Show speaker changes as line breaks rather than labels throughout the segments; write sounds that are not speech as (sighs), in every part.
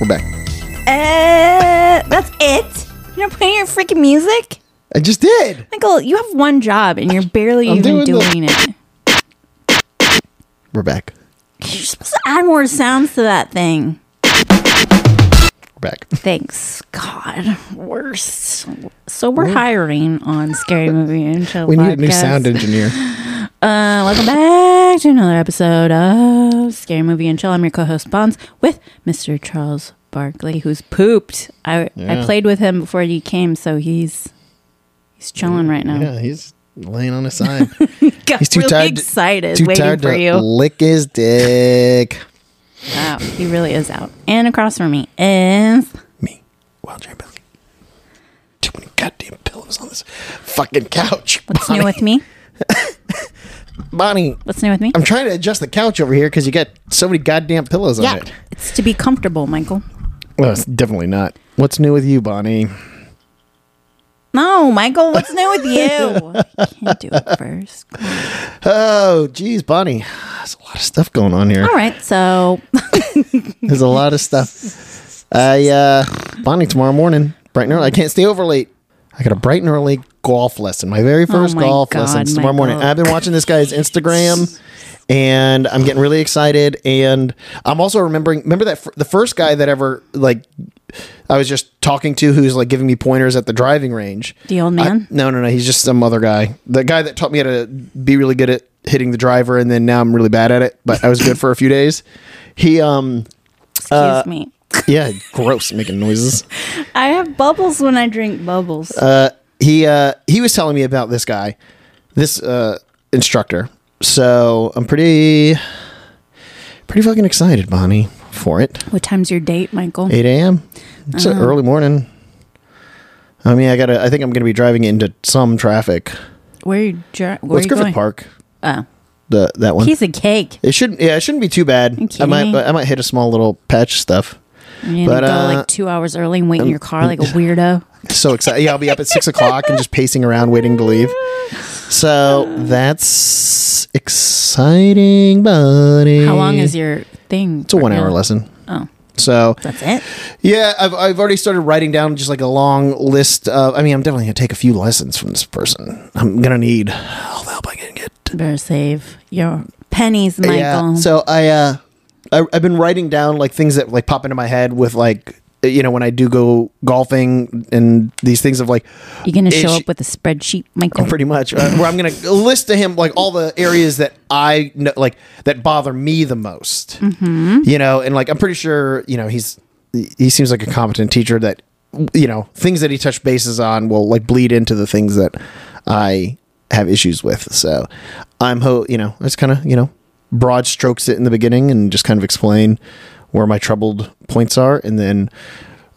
We're back.
Uh, that's it. You're not playing your freaking music,
I just did.
Michael. You have one job, and you're barely
I'm
even doing,
doing the-
it.
We're back.
You're supposed to add more sounds to that thing.
We're back.
Thanks, God. Worst. So we're hiring on Scary Movie and Chill.
We need a new
Podcast.
sound engineer.
(laughs) Uh, welcome back to another episode of Scary Movie and Chill. I'm your co-host Bonds with Mr. Charles Barkley, who's pooped. I I
Yeah.
played with him before you came, so he's he's chilling right now.
Yeah, he's laying on his side. (laughs)
Got
He's too
really
tired.
excited,
Too
waiting
tired
for
to
you.
lick his dick.
Wow, he really is out. And across from me is
Me, Wild Jerry Belly. Too many goddamn pillows on this fucking couch.
(laughs) what's
Bonnie,
new with me?
Bonnie,
What's new
(laughs)
with me?
I'm trying to adjust the couch over here because you got so many goddamn pillows on
yeah,
it.
it's to be comfortable, Michael.
Well, it's definitely not. What's new with you, Bonnie?
No, Michael, what's new with you? you (laughs) can't do it first.
Oh, geez, Bonnie. There's a lot of stuff going on here.
All right, so (laughs)
There's a lot of stuff. I uh Bonnie tomorrow morning, bright and early. I can't stay over late. I got a bright and early golf lesson. My very first
Oh my
golf
God,
lesson is tomorrow morning.
Michael.
I've been watching this guy's Instagram and I'm getting really excited and I'm also remembering remember that fir- the first guy that ever like I was just talking to who's like giving me pointers at the driving range.
the old man.
No, no, no. He's just some other guy. The guy that taught me how to be really good at hitting the driver, and then now I'm really bad at it. But I was good for a few days. He, um,
Excuse me.
yeah, gross, making noises.
I have bubbles when I drink bubbles.
He, uh, he was telling me about this guy, this uh, instructor. So I'm pretty, pretty fucking excited, Bonnie, for it.
what time's your date, Michael?
8 a.m. It's
Uh-huh.
an early morning. I mean, I gotta. I think I'm gonna be driving into some traffic.
Where are you, dri- where are
What's
you
Griffith
going?
Park?
Oh,
The that one.
piece of cake.
It shouldn't. Yeah, it shouldn't be too bad. I
kidding
might.
me?
I might hit a small little patch of stuff.
You're
But,
gonna go
uh,
like two hours early and wait in your car
(laughs)
like a weirdo.
So excited! Yeah, I'll be up at six o'clock and just pacing around waiting to leave. So that's exciting, buddy.
How long is your thing?
It's a one-hour lesson.
Oh,
So
that's it.
yeah, I've I've already started writing down just like a long list of. I mean, I'm definitely gonna take a few lessons from this person. I'm gonna need all the help I can get.
Better save your pennies, Michael.
Yeah. So I, uh, I, I've been writing down like things that like pop into my head with like, you know, when I do go golfing and these things of like,
You're gonna show
Ish.
up with a spreadsheet, Michael.
pretty much uh, where I'm going to list to him like all the areas that I know, like that bother me the most, you know, and like, I'm pretty sure, you know, he's, he seems like a competent teacher that, you know, things that he touched bases on will like bleed into the things that I have issues with. So I'm ho, you know, it's kind of, you know, broad strokes it in the beginning and just kind of explain where my troubled points are. And then,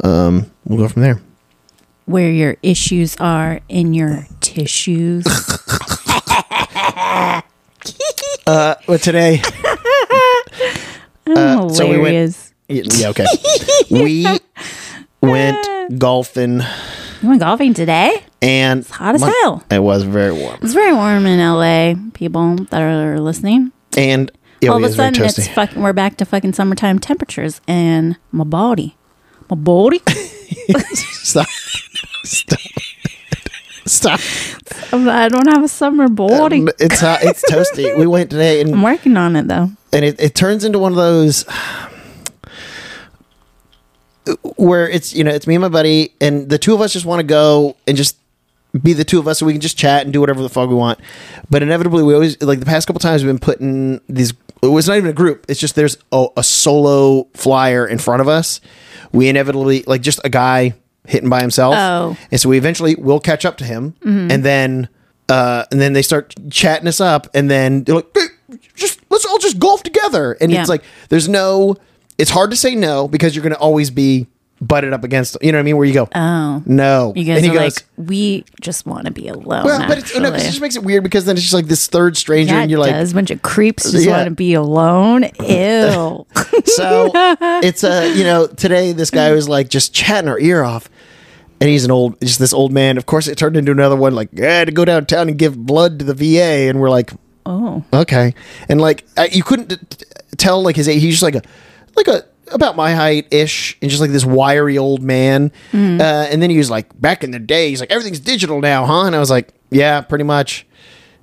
um, we'll go from there.
Where your issues are in your
(laughs)
tissues.
Uh, but today,
I'm
Uh, so we went-
Oh, hilarious.
Yeah,
(laughs)
yeah, okay. we went golfing
you went golfing today?
and
hot as
my-
hell.
It was very warm.
It's very warm in LA. People that are listening.
And it
all of a
was very
sudden it's
toasty.
fucking we're back to fucking summertime temperatures and my body
(laughs)
my body
Stop.
(laughs)
Stop. Stop.
Oh, i don't have a summer body
Um, it's hot. It's toasty. We went today
i'm
and
working on it though
and it, it turns into one of those where it's you know it's me and my buddy and the two of us just want to go and just be the two of us so we can just chat and do whatever the fuck we want but inevitably we always like the past couple times we've been putting these it was not even a group it's just there's a, a solo flyer in front of us we inevitably like just a guy hitting by himself
Oh.
and so we eventually will catch up to him
Mm-hmm.
and then uh and then they start chatting us up and then they're like "Hey, just let's all just golf together and
Yeah.
it's like there's no it's hard to say no because you're going to always be butted up against you know what i mean where you go
oh
no
you guys
and
are
he goes
like we just want to be alone
well but it's, no, 'cause
actually."
it just makes it weird because then it's just like this third stranger
yeah,
and
it
you're like
does. bunch of creeps just
Yeah.
want to be alone. Ew.
(laughs) so it's a you know today this guy was like just chatting our ear off and he's an old just this old man of course it turned into another one like yeah, I had to go downtown and give blood to the va and we're like
oh,
okay and like I, you couldn't t- t- tell like his age he's just like a like a about my height ish, and just like this wiry old man. Uh, and then he was like, back in the day, he's like, everything's digital now, huh? And I was like, yeah, pretty much.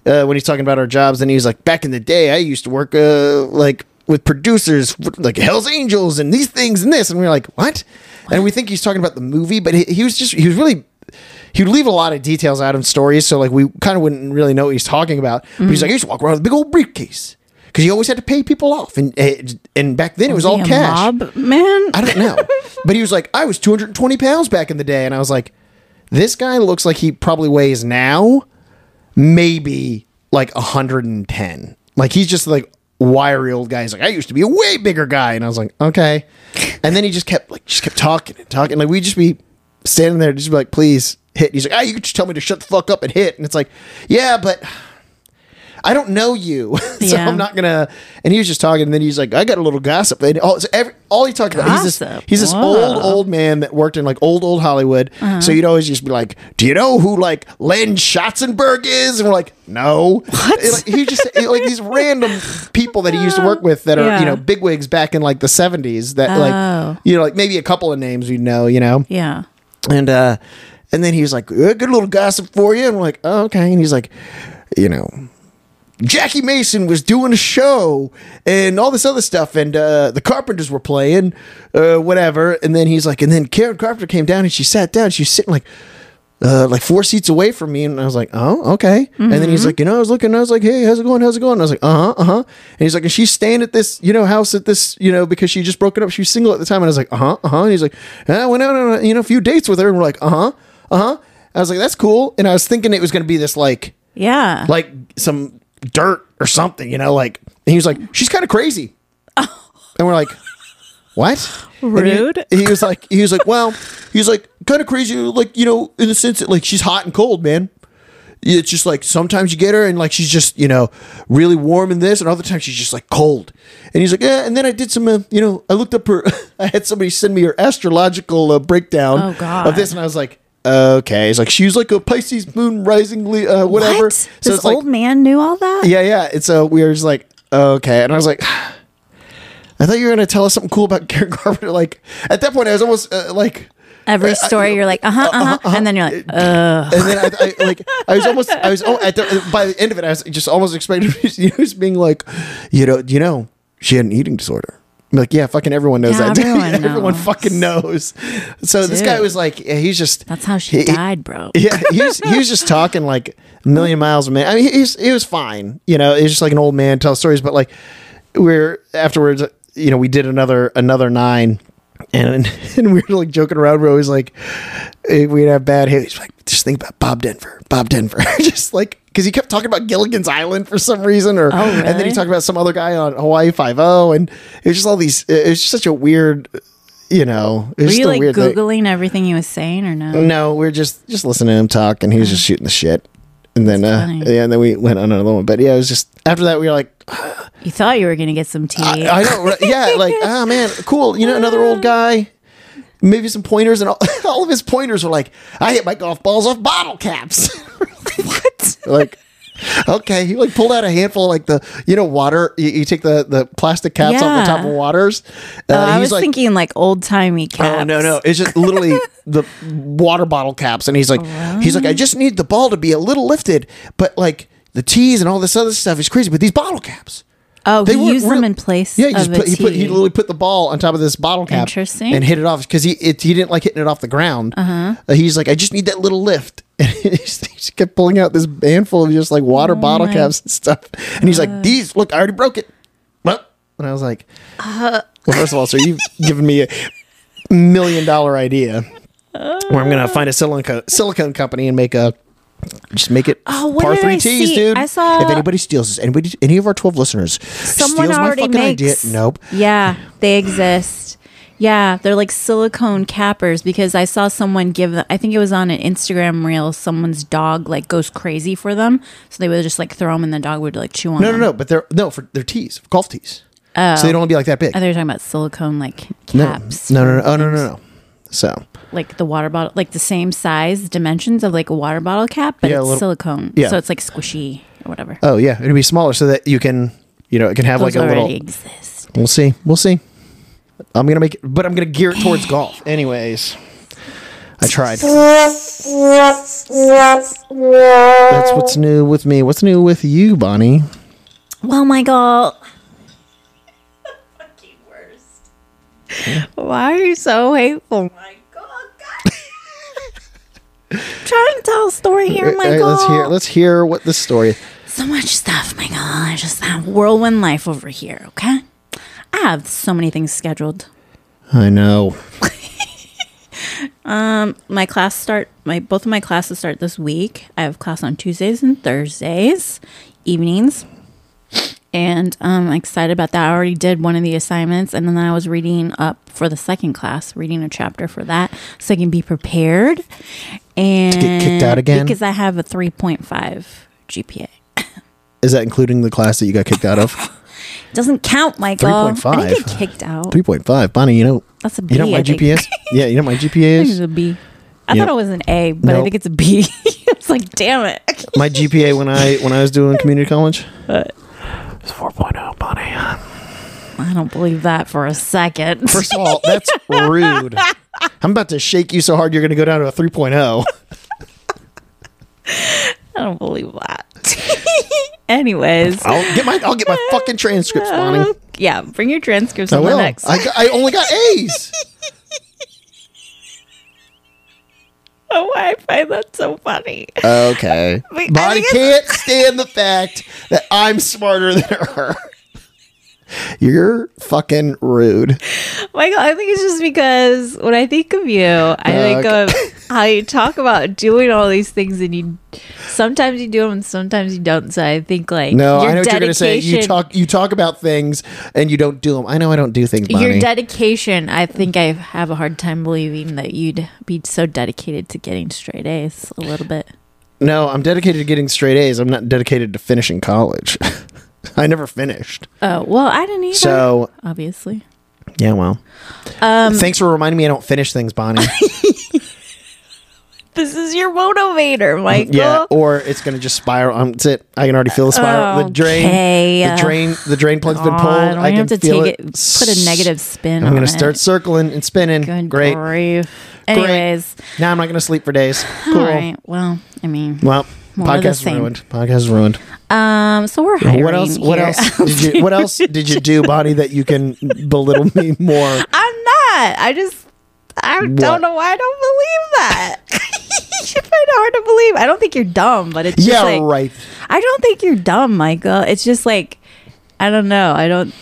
Uh, when he's talking about our jobs, and he was like, back in the day, I used to work uh, like with producers, like Hell's Angels, and these things and this, and we were like, what? And we think he's talking about the movie, but he, he was just he was really. He would leave a lot of details out of stories, so like we kind of wouldn't really know what he's talking about. But he's like, I used to walk around with a big old briefcase because he always had to pay people off, and and- and back then it was all
Be a
cash.
mob man.
I don't know. but he was like, I was 220 pounds back in the day. And I was like, this guy looks like he probably weighs now maybe like 110. Like he's just like wiry old guy. He's like, I used to be a way bigger guy. And I was like, okay. And then he just kept like, just kept talking and talking. Like we'd just be standing there, just be like, please hit. He's like, ah, you could just tell me to shut the fuck up and hit. And it's like, yeah, but. I don't know you, (laughs) so
Yeah.
I'm not gonna. And he was just talking, and then he's like, "I got a little gossip." And all, so every, all he talked about, he's this,
Gossip.
he's this
Whoa. Uh-huh.
old, old man that worked in like old, old Hollywood. So you'd always just be like, "Do you know who like Len Schotzenberg is?" And we're like, "No." What? like, he just like
(laughs)
these random people that he used to work with that are
Yeah.
you know bigwigs back in like the '70s. That
Oh.
like you know like maybe a couple of names you know you know.
yeah.
And uh and then he was like, "Uh, "Good little gossip for you." And we're like, oh, "Okay." And he's like, "You know, Jackie Mason was doing a show and all this other stuff, and uh, the Carpenters were playing, uh, whatever." And then he's like, "And then Karen Carpenter came down and she sat down. She was sitting like." Uh, like four seats away from me, and I was like, "Oh, okay." And then he's like, "You know," I was looking, and I was like, "Hey, how's it going? How's it going?" And I was like, "Uh huh, uh huh." And he's like, "And she's staying at this, you know, house at this, you know, because she just broke it up. She was single at the time." And I was like, "Uh huh, uh huh." And he's like, "Yeah, "I went out on, a, you know, a few dates with her," and we're like, "Uh huh, uh huh." I was like, "That's cool," and I was thinking it was gonna be this like
Yeah.
like some dirt or something, you know, like and he was like, She's kinda crazy. and we're like, What? And he-
Oh. Rude.
he, was like he was like, Well, he was like kinda crazy, like, you know, in the sense that like she's hot and cold, man. It's just like sometimes you get her and like she's just, you know, really warm in this, and other times she's just like cold. And he's like, Yeah, and then I did some, uh, you know, I looked up her, (laughs) I had somebody send me her astrological uh, breakdown
Oh, God.
of this, and I was like, Okay. He's like, She was like a Pisces moon rising, le- uh, whatever.
What? this
it's like-
old man knew all that.
yeah, yeah. And so we were just like, okay. And I was like, (sighs) I thought you were gonna tell us something cool about (laughs) Karen Carpenter. Like at that point, I was almost uh, uh-huh, like,
Every story, you're like, uh huh, uh huh, and then you're like, uh.
and then I, I like, I was almost, I was oh, at the, by the end of it, I was just almost expecting (laughs) you know, just being like, you know, you know, she had an eating disorder. I'm like, yeah, fucking everyone knows
Yeah,
that. dude. (laughs)
everyone knows.
fucking knows. So this guy
Dude.
was like, yeah, he's just
That's how she
he- he-
died, bro.
(laughs) Yeah, he was, he was just talking like a million miles a minute. I mean, he was, he was fine. You know, he was just like an old man tells stories. But like, we're afterwards. You know, we did another another nine, and (laughs) and we were like joking around. We're always like, eh, we'd have bad hair. He's like, just think about Bob Denver, Bob Denver, (laughs) just like. Because he kept talking about Gilligan's Island for some reason, or
Oh,
and then he
really?
talked about some other guy on Hawaii Five O, and it was just all these. It was just such a weird, you know. It
Were
was
you
just a
like
weird thing. Uh,
googling everything he was saying or no?
No, we are just just listening to him talk, and he was just shooting the shit. And then, uh,
funny.
yeah, and then we went on another one. But yeah, it was just after that we were like,
You thought you were gonna get some tea.
I, I know, right? yeah,
(laughs)
like ah man, cool. You know, another old guy. Maybe some pointers, and all, (laughs) all of his pointers were like, I hit my golf balls off bottle caps. (laughs)
what?
like, okay, he like pulled out a handful of like the you know water. You, you take the the plastic caps off
Yeah. Oh,
the top of waters. Uh,
I
he's
was
like-
thinking like old timey caps.
Oh no no! It's just literally the water bottle caps, and he's like, he's like, I just need the ball to be a little lifted, but like the tees and all this other stuff is crazy. But these bottle caps,
Oh,
they
he
weren't
used
real-
them in place.
yeah, he
of
just
a
put, he put he
tea.
literally put the ball on top of this bottle cap,
Interesting.
and hit it off because he it, he didn't like hitting it off the ground. Uh-huh. he's like, I just need that little lift, (laughs) and he just, he just kept pulling out this handful of just like
Oh
water bottle caps and stuff, and he's like, these look, I already broke it. Well, and I was like,
Uh.
well, first of all, so you've (laughs) given me a million dollar idea where I'm gonna find a silicone silicone company and make a just make it
Oh, what
par
did
three
I
tees,
see?
dude.
I saw-
if anybody steals this, anybody, any of our twelve listeners,
Someone
steals
already
my fucking
makes.
idea. Nope.
Yeah, they exist. Yeah, they're like silicone cappers because I saw someone give them. I think it was on an Instagram reel. Someone's dog like goes crazy for them, so they would just like throw them, and the dog would like chew on.
No, no,
them.
no. But they're no for they're tees, golf tees. So they don't want to be like that big.
Oh. I thought you were talking about silicone like
No,
caps,
no, no, no, oh, no, no, no. So
like the water bottle, like the same size dimensions of like a water bottle cap, but
Yeah, a
it's
little-
silicone,
yeah.
so it's like squishy or whatever.
oh yeah, it'd be smaller so that you can you know it can have like
Those
a
already
little.
exist.
We'll see. We'll see. I'm gonna make, it, but I'm gonna gear it towards golf. Anyways, I tried. That's what's new with me. What's new with you, Bonnie?
Well, Michael. Fucking worst. Why are you so hateful, Michael? God. Trying to tell a story here,
All right,
Michael.
let's hear. Let's hear what the story.
so much stuff, Michael. I just that whirlwind life over here. Okay, I have so many things scheduled.
I know.
my class start my both of my classes start this week. I have class on Tuesdays and Thursdays evenings. And um, I'm excited about that. I already did one of the assignments, and then I was reading up for the second class, reading a chapter for that, so I can be prepared. And
kicked out again?
because I have a 3.5 GPA.
Is that including the class that you got kicked out of?
(laughs) Doesn't count, Michael. I didn't
3.5.
get kicked out.
Three point five, Bonnie. You know.
That's a B.
You know what
I
my
think. (laughs)
GPS? Yeah, you know what my
I
GPA
think it's
is.
a B. I
Yep.
thought it was an A, but
Nope.
I think it's a B. (laughs) it's like, damn it.
My GPA when I when I was doing community college.
But
It's four Bonnie.
I don't believe that for a second.
First of all, that's rude. I'm about to shake you so hard you're going to go down to a oh. 3.0.
I don't believe that. (laughs) Anyways,
I'll get my I'll get my fucking transcripts, Bonnie.
uh, yeah, bring your transcripts
I
on (laughs) the
will. I,
next.
got- I only got A's.
oh, I find that so funny.
Okay.
Wait, I
Bonnie
think (laughs)
can't stand the fact that I'm smarter than her. You're fucking rude.
Michael, I think it's just because when I think of you, I think
Okay.
of how you talk about doing all these things, and you sometimes you do them and sometimes you don't. So I think like
No,
your
I know what you're going to say. You
dedication-
talk you talk about things and you don't do them. I know I don't do things, Bonnie.
Your dedication, I think I have a hard time believing that you'd be so dedicated to getting straight A's a little bit.
No, I'm dedicated to getting straight A's. I'm not dedicated to finishing college. (laughs) I never finished.
Oh, well, I didn't either.
So,
obviously.
yeah, well. Um, Thanks for reminding me I don't finish things,
(laughs)
Bonnie.
This is your motivator, Michael.
Mm, yeah, or it's going to just spiral. Um, that's it. I can already feel the spiral. The drain.
Okay.
The drain. The drain plug's been
God,
pulled.
I'm gonna
I can
have to
feel
take it, put a negative spin
I'm
on
gonna start
it.
circling and spinning.
Good
Great.
grief.
Great.
Anyways,
Now I'm not going to sleep for days. Cool.
all right. Well, I mean,
Well,
More of the
podcast is
same.
ruined. Podcast is ruined.
um, so we're hiring
What else? What
here. (laughs)
else did you? What else did you do, Bonnie? That you can belittle me more?
I'm not. I just, I
What?
don't know why I don't believe that. (laughs) you find it hard to believe. I don't think you're dumb, but it's just
Yeah,
like-
right.
I don't think you're dumb, Michael. It's just like I don't know. I don't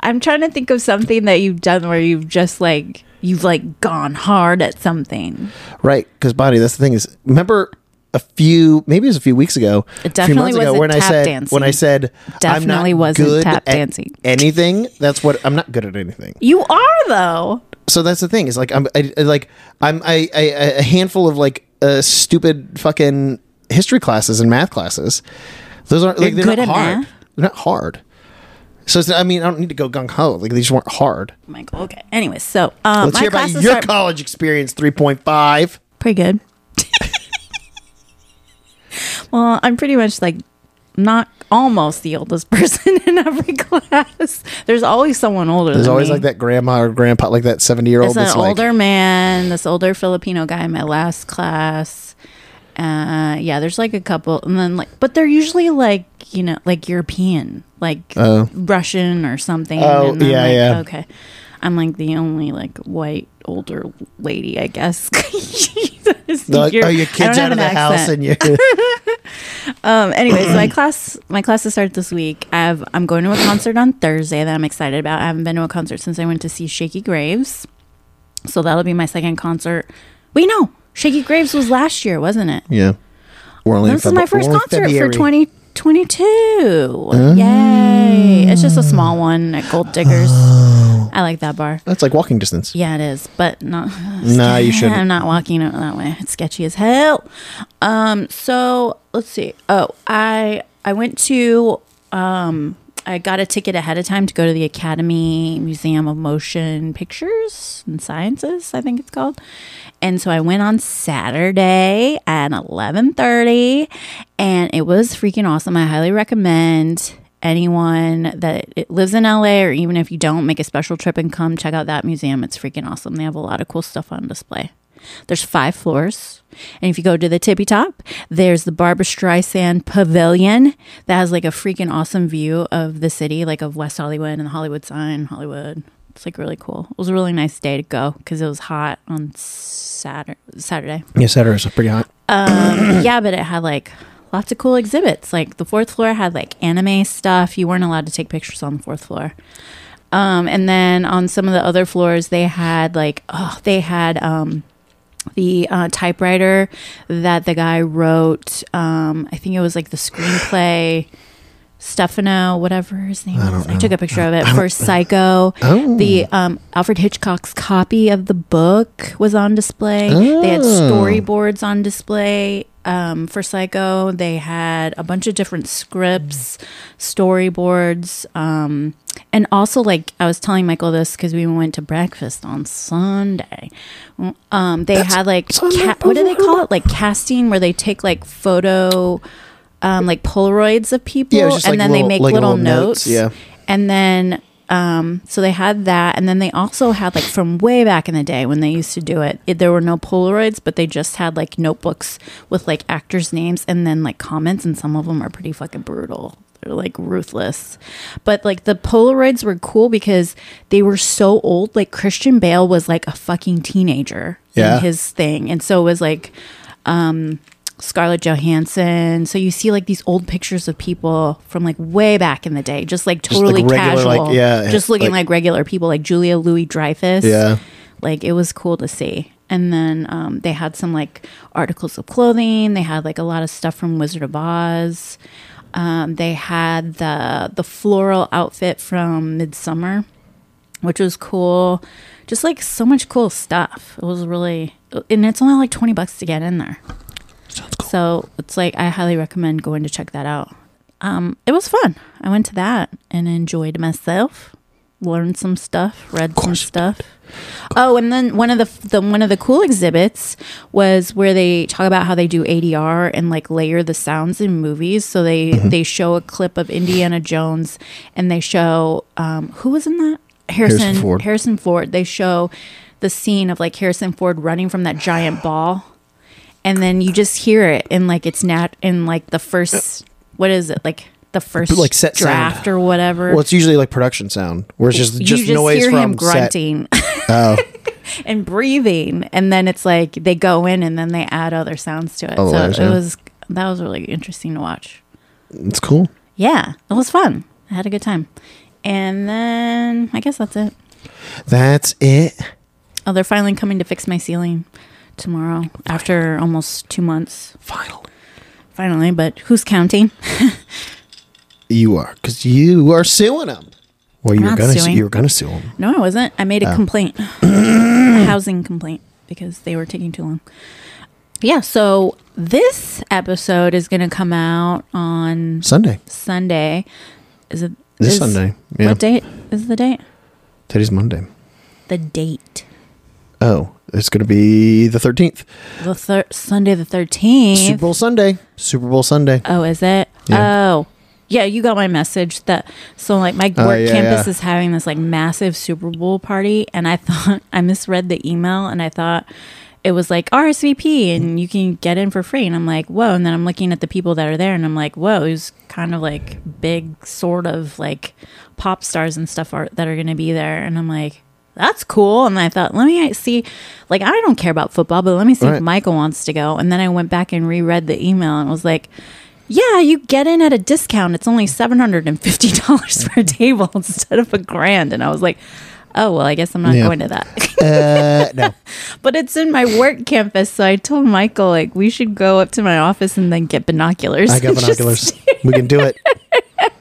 I'm trying to think of something that you've done where you've just like you've like gone hard at something.
Right, because Bonnie, that's the thing is. Remember a few, maybe it was a few weeks ago,
It
a few months
definitely
ago,
wasn't
when I
tap
said
dancing.
when I said
Definitely
I'm not
wasn't
good
tap
at
dancing.
Anything that's what I'm not good at anything.
You are though.
So that's the thing is like I'm I, I- like I'm I, I, I- a handful of like uh, stupid fucking history classes and math classes. Those aren't like
You're
they're
good
not
at
hard.
math?
They're not hard. So it's, I mean, I don't need to go gung ho. Like these weren't hard.
Michael, okay. Anyway, so um
Let's
my
hear about
classes
your
are
college experience. Three point five.
pretty good. (laughs) well, I'm pretty much like not almost the oldest (laughs) person in every class. There's always someone older
There's
than
always
me.
like that grandma or grandpa, like that seventy year old.
It's an
that's like,
Mm-hmm. older man, this older Filipino guy in my last class. Uh, yeah, there's like a couple, and then like, but they're usually like you know, like European, like
Oh.
Russian or something.
Oh,
and I'm
yeah,
like,
yeah.
Okay, I'm like the only like white older lady, I guess. (laughs) That is
They're like,
Euro-
oh, your
I don't
kids out
have
of
an
the house, and
accent.
you.
(laughs)
(laughs)
Um, anyway,
(clears throat)
so my class my classes start this week. I have I'm going to a concert on Thursday that I'm excited about. I haven't been to a concert since I went to see Shaky Graves. So that'll be my second concert. Wait, no. Shaky Graves was last year, wasn't it?
yeah, we're only. in
This is my
Febru- we're
first
only in
concert for
February.
2022. Yay. It's just a small one at Gold Diggers.
Oh.
I like that bar.
That's like walking distance.
Yeah, it is, but not. (laughs)
Nah, you shouldn't.
I'm not walking it that way. It's sketchy as hell. Um, so let's see. Oh, I I went to um I got a ticket ahead of time to go to the Academy Museum of Motion Pictures and Sciences, I think it's called. And so I went on Saturday at 11:30 and it was freaking awesome. I highly recommend anyone that it lives in LA or even if you don't, make a special trip and come check out that museum. It's freaking awesome. They have a lot of cool stuff on display. There's five floors. And if you go to the tippy top, there's the Barbara Streisand Pavilion that has like a freaking awesome view of the city, like of West Hollywood and the Hollywood sign, Hollywood. It's like really cool. It was a really nice day to go because it was hot on Saturday. Saturday.
Yeah, Saturday's pretty hot.
Um, yeah, but it had like lots of cool exhibits. Like the fourth floor had like anime stuff. You weren't allowed to take pictures on the fourth floor. Um, and then on some of the other floors, they had like oh, they had um, the uh, typewriter that the guy wrote. Um, I think it was like the screenplay. Stefano, whatever his name is, I took a picture of it for Psycho. The um, Alfred Hitchcock's copy of the book was on display. They had storyboards on display um, for Psycho. They had a bunch of different scripts, storyboards, um, and also like I was telling Michael this because we went to breakfast on Sunday. Um, they had like ca- what do they call it? Like casting, where they take like photo, um, like Polaroids of people,
Yeah, it was just
and
like
then
little-
they make
like
little,
little notes,
notes.
yeah.
and then. Um, so they had that, and then they also had like from way back in the day when they used to do it, it. There were no Polaroids, but they just had like notebooks with like actors' names and then like comments, and some of them are pretty fucking brutal. They're like ruthless, but like the Polaroids were cool because they were so old. Like Christian Bale was like a fucking teenager
Yeah.
in his thing, and so it was like Scarlett Johansson. So you see like these old pictures of people from like way back in the day, just like totally
like, regular,
casual,
like, yeah,
just looking
like-
like, regular people, like Julia Louis Dreyfus.
Yeah.
like it was cool to see. And then um, they had some like articles of clothing. They had like a lot of stuff from Wizard of Oz. Um, they had the the floral outfit from Midsummer which was cool. Just like so much cool stuff. It was really, and it's only like 20 bucks to get in there. Sounds cool. So it's like, I highly recommend going to check that out. Um, it was fun. I went to that and enjoyed myself, learned some stuff, read some stuff. Oh, and then one of the, the one of the cool exhibits was where they talk about how they do ADR and like layer the sounds in movies. So they they show a clip of Indiana Jones and they show um, who was in that Harrison
Harrison
Harrison
Ford.
Ford. They show the scene of like Harrison Ford running from that giant ball, and then you just hear it in like it's nat in like the first what is it like the first
like, set sound.
draft or whatever.
Well, it's usually like production sound, where it's just
you
just, noise
hear
from Oh,
him grunting. (laughs) and breathing, and then it's like they go in and then they add other sounds to it.
Other
so
layers,
it
yeah.
was that was really interesting to watch.
set. It's cool.
Yeah, it was fun. I had a good time, and then I guess that's it.
That's it.
Oh, they're finally coming to fix my ceiling tomorrow after almost two months.
Final.
Finally, but who's counting?
You are, because you are suing them. Well, you
I'm
were
not
gonna, su-
suing.
you were gonna sue them.
No, I wasn't. I
Oh.
made a complaint,
(clears throat)
a housing complaint, because they were taking too long. Yeah, so this episode is going to come out on
Sunday,
Sunday. Is it
this
is-
Sunday. Yeah,
What date is the date?
today's Monday.
The date.
Oh, it's gonna be the thirteenth.
The thir- Sunday the 13th.
Super Bowl Sunday. Super Bowl Sunday.
Oh, is it?
Yeah.
Oh. Yeah, you got my message that so like my work
Oh, yeah,
campus
yeah.
is having this like massive Super Bowl party and I (laughs) thought I misread the email and I thought it was like RSVP and you can get in for free and I'm like, "Whoa." And then I'm looking at the people that are there and I'm like, "Whoa, who's kind of like big sort of like pop stars and stuff are that are going to be there." And I'm like, that's cool. And I thought, let me see. Like, I don't care about football, but let me see
Right.
if Michael wants to go. And then I went back and reread the email and was like, yeah, you get in at a discount. It's only (laughs) $750 for a table instead of a grand. And I was like, oh, well, I guess I'm not
Yeah.
going to that. (laughs)
Uh, no,
but it's in my work campus. So I told Michael, like, we should go up to my office and then get binoculars.
I got
and (laughs) just
binoculars. we can do it.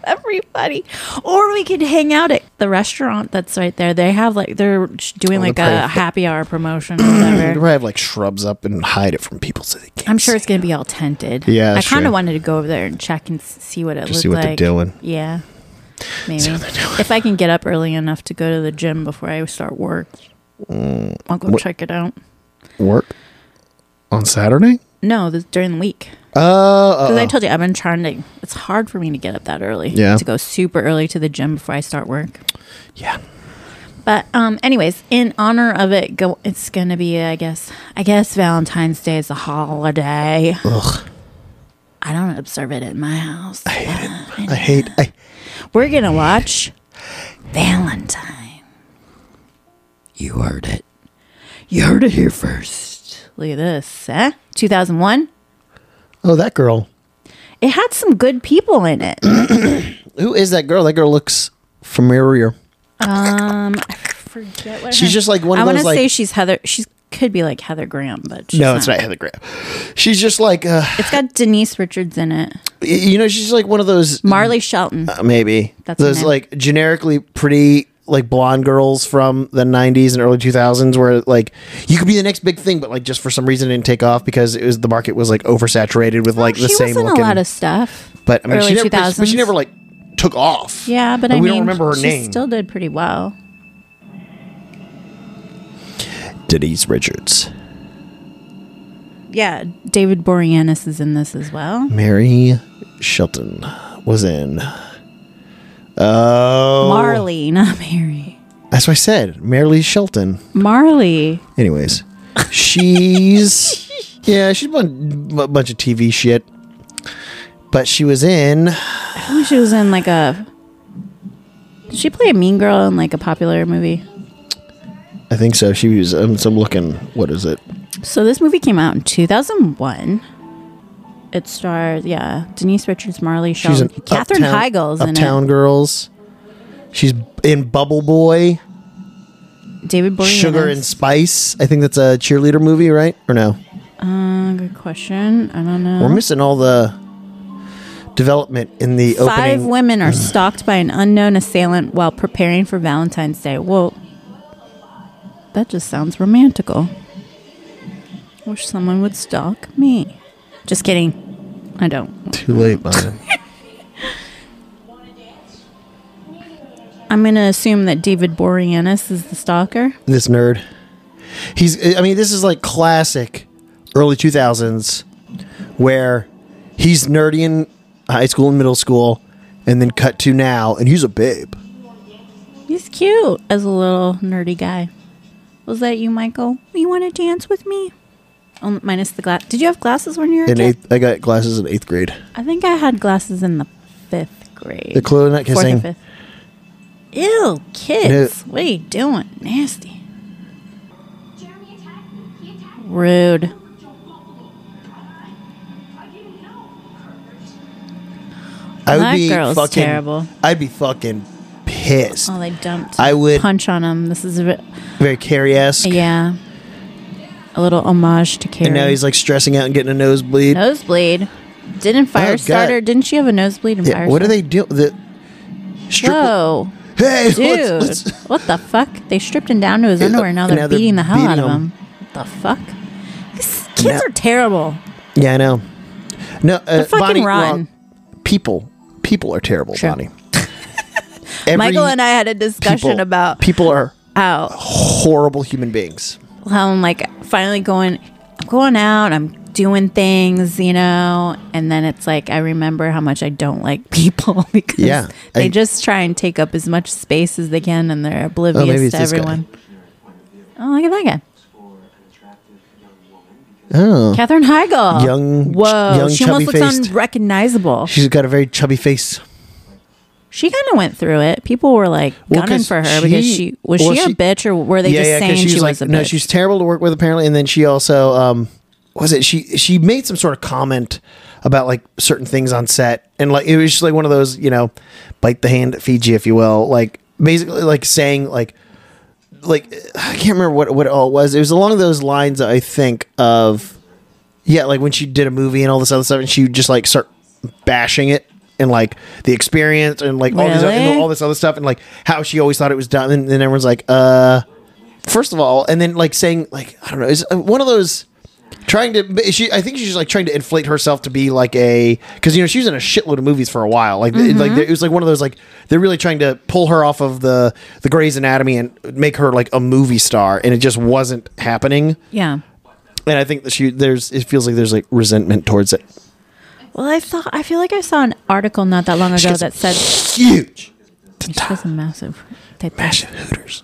everybody. Or we could hang out at the restaurant that's right there. They have like they're sh- doing
the
like
prairie-
a happy hour promotion
(clears throat)
or (laughs) whatever.
Probably have like shrubs up and hide it from people so they can't.
I'm sure it's gonna be all tented.
Yeah,
I
that's
kind
true.
of wanted to go over there and check and s- see what it
Just
looked
see what they're
like.
doing.
Yeah, maybe
what they're doing.
if I can get up early enough to go to the gym before I start work, I'll go
Mm, what-
check it out.
work on Saturday.
No, this, during the week
Uh,
because
uh
I told you I've been trying to. It's It's hard for me to get up that early.
Yeah.
To go super early to the gym before I start work.
Yeah.
But um, anyways, in honor of it, go. It's gonna be, I guess. I guess Valentine's Day is a holiday.
Ugh.
I don't observe it at my house.
I hate. I,
We're gonna watch Valentine. You heard it. You heard it here first. Look at this, eh? 2001.
oh, that girl.
It had some good people in it.
Who is that girl? That girl looks familiar.
Um, I forget what.
She's
her-
just like one
I
of
want
those
to say
like.
she's Heather. She could be like Heather Graham, but she's
No, it's not Heather Graham. She's just like uh,
It's got Denise Richards in it.
y- you know, she's like one of those
Marley Shelton.
uh, maybe
That's her
those
name.
like generically pretty like blonde girls from the 90s and early 2000s where like you could be the next big thing but like just for some reason it didn't take off because it was the market was like oversaturated with like the
she
same
was in
looking
a lot of stuff.
but I mean she
early
never but she
2000s.
never like took off
Yeah, but
Like,
I
we
mean,
don't remember her
she
name
still did pretty well.
Denise Richards
Yeah, David Boreanaz is in this as well.
Mary Shelton was in oh
Marley, not Mary.
that's what I said Mary Shelton
Marley. (laughs)
Anyways, she's yeah, she's been a bunch of TV shit. But she was in
I think she was in like a. Did she play a mean girl in like a popular movie?
I think so. She was um, so I'm looking what is it?
So this movie came out in 2001. It stars, yeah, Denise Richards, Marley
She's
Shelton,
in
Catherine
Uptown-
Heigl's in
Uptown Girls. She's in Bubble Boy,
it. David Boreanaz.
Sugar and Spice. I think that's a cheerleader movie, right? Or no?
Uh, good question. I don't know.
We're missing all the development in the
Five
opening. (clears throat)
women are stalked by an unknown assailant while preparing for Valentine's Day. Whoa. That just sounds romantical. Wish someone would stalk me. Just kidding. I don't.
Too late, man.
I'm going to assume that David Boreanaz is the stalker.
(laughs) this nerd. He's I mean this is like classic early 2000s where he's nerdy in high school and middle school and then cut to now and he's a babe.
He's cute as a little nerdy guy. Was that you, Michael? You want to dance with me? Oh, minus the glass. Did you have glasses when you were a
In
kid?
eighth, I got glasses in 8th grade.
I think I had glasses in the fifth grade.
They're clearly not
Fourth or
kissing.
fifth. Ew, kids. What are you doing? Nasty.
Jeremy attacked me. He attacked me.
Rude.
Don't follow me. I didn't know. Kurt.
I would
That
be
girl's
fucking
terrible.
I'd be fucking pissed.
Oh, they dumped.
I would
punch on him. This is a bit,
very carry-esque.
yeah, a little homage to Carrie.
And now he's like stressing out and getting a nosebleed.
nosebleed. Didn't fire starter?
God.
Didn't she have a nosebleed in
Yeah,
fire?
what do they do? The strip-
Whoa,
Hey, (laughs) let's-
dude!
let's- (laughs)
what the fuck? They stripped him down to his
Oh, Yeah,
underwear. Now
and
they're,
now they're
beating the hell
beating
out of
him.
him. The fuck? These kids
Now-
are terrible.
Yeah, I know. No, uh,
They're fucking
Bonnie,
rotten.
well, people, people are terrible,
True. (laughs)
Bonnie. (laughs) Every
Michael and I had a discussion
people-
about
people are
how
horrible human beings.
how I'm like finally going, I'm going out, I'm doing things, you know, and then it's like I remember how much I don't like (laughs) people because
Yeah,
they
I-
just try and take up as much space as they can and they're
Oh, maybe
oblivious
it's
to
this guy.
everyone. Oh, look at that guy.
Oh,
Catherine Heigl.
Young-
Whoa.
young,
she almost looks
chubby-faced.
unrecognizable.
she's got a very chubby face.
She kind of went through it. People were like
Well,
gunning
'cause
for her
she-
because she was
well,
she a
she-
bitch or were they just
'cause
saying she was
like,
a bitch?
no, she's terrible to work with apparently. And then she also, um, was it she? She made some sort of comment about like certain things on set, and like it was just like one of those, you know, bite the hand that feeds you, if you will. Like basically, like saying like, like I can't remember what what all it was. It was along those lines, I think, of yeah, like when she did a movie and all this other stuff, and she would just like start bashing it and like the experience and like all these other,
Really?
and all this other stuff and like how she always thought it was done, and then everyone's like, uh, first of all, and then like saying like I don't know, is one of those trying to she I think she's like trying to inflate herself to be like a because you know she was in a shitload of movies for a while like th- like
Mm-hmm.
it was like one of those like they're really trying to pull her off of the the Grey's Anatomy and make her like a movie star and it just wasn't happening
yeah. Oh,
and I think that she there's it feels like there's like resentment towards it
Well, I saw. I feel like I saw an article not that long ago
She's
that said
huge.
that's a massive. type thing.
Massive Hooters.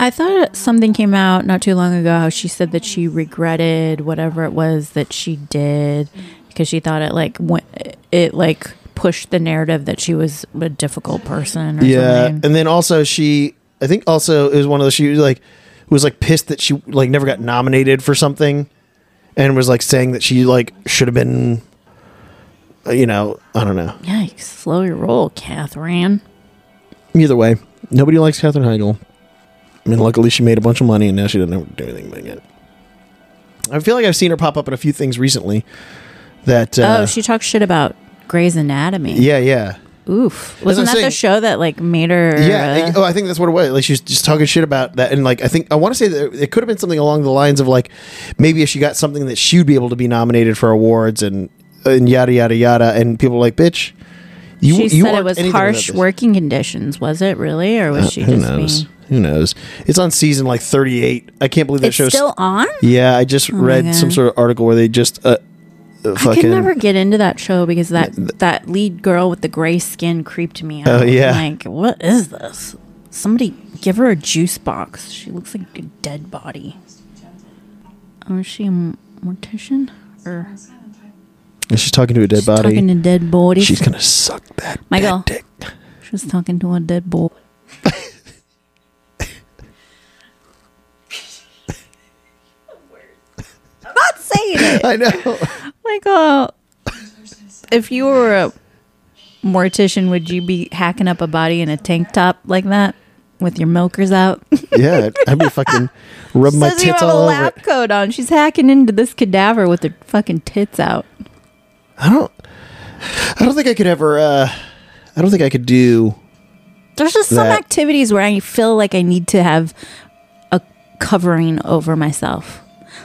I thought something came out not too long ago how she said that she regretted whatever it was that she did because she thought it like went, it like pushed the narrative that she was a difficult person or
Yeah,
something.
and then also she, I think also it was one of those she was like was like pissed that she like never got nominated for something, and was like saying that she like should have been, uh, you know, I don't know.
Yikes, slow your roll, Catherine.
Either way, nobody likes Katherine Heigl. I mean, luckily she made a bunch of money, and now she doesn't have to do anything but it. I feel like I've seen her pop up in a few things recently. That uh,
oh, she talks shit about Grey's Anatomy.
yeah, yeah.
Oof. Wasn't that
I'm saying.
the show that like made her
Yeah. I-
uh,
oh, I think that's what it was. Like she was just talking shit about that, and like I think I want to say that it could have been something along the lines of like maybe if she got something that she'd be able to be nominated for awards and and yada yada yada, and people were like, bitch, you
she
you
said it
aren't
was
anything without
harsh
this." Uh,
working conditions, was it really? Or was she
Who
just
knows?
being
Who knows? It's on season like thirty eight. I can't believe that
It's
show's
still on?
Yeah, I just read
God.
some sort of article where they just uh, uh,
I could
fucking
never get into that show because that that lead girl with the gray skin creeped me out.
Oh, yeah.
I'm like what is this? Somebody give her a juice box. She looks like a dead body. Oh, is she a m- mortician or
she's talking to a dead
she's
body.
talking to dead bodies?
she's gonna suck that
Michael.
dead dick.
she was talking to a dead boy. I'm not saying it.
I know. (laughs)
Michael, uh, if you were a mortician, would you be hacking up a body in a tank top like that with your milkers out?
yeah, I'd be
(laughs)
fucking rubbing my
Says you
tits
have a
all over.
lab
It.
coat on. She's hacking into this cadaver with her fucking tits out.
I don't. I don't think I could ever. uh I don't think I could do.
There's just some
That-
activities where I feel like I need to have a covering over myself.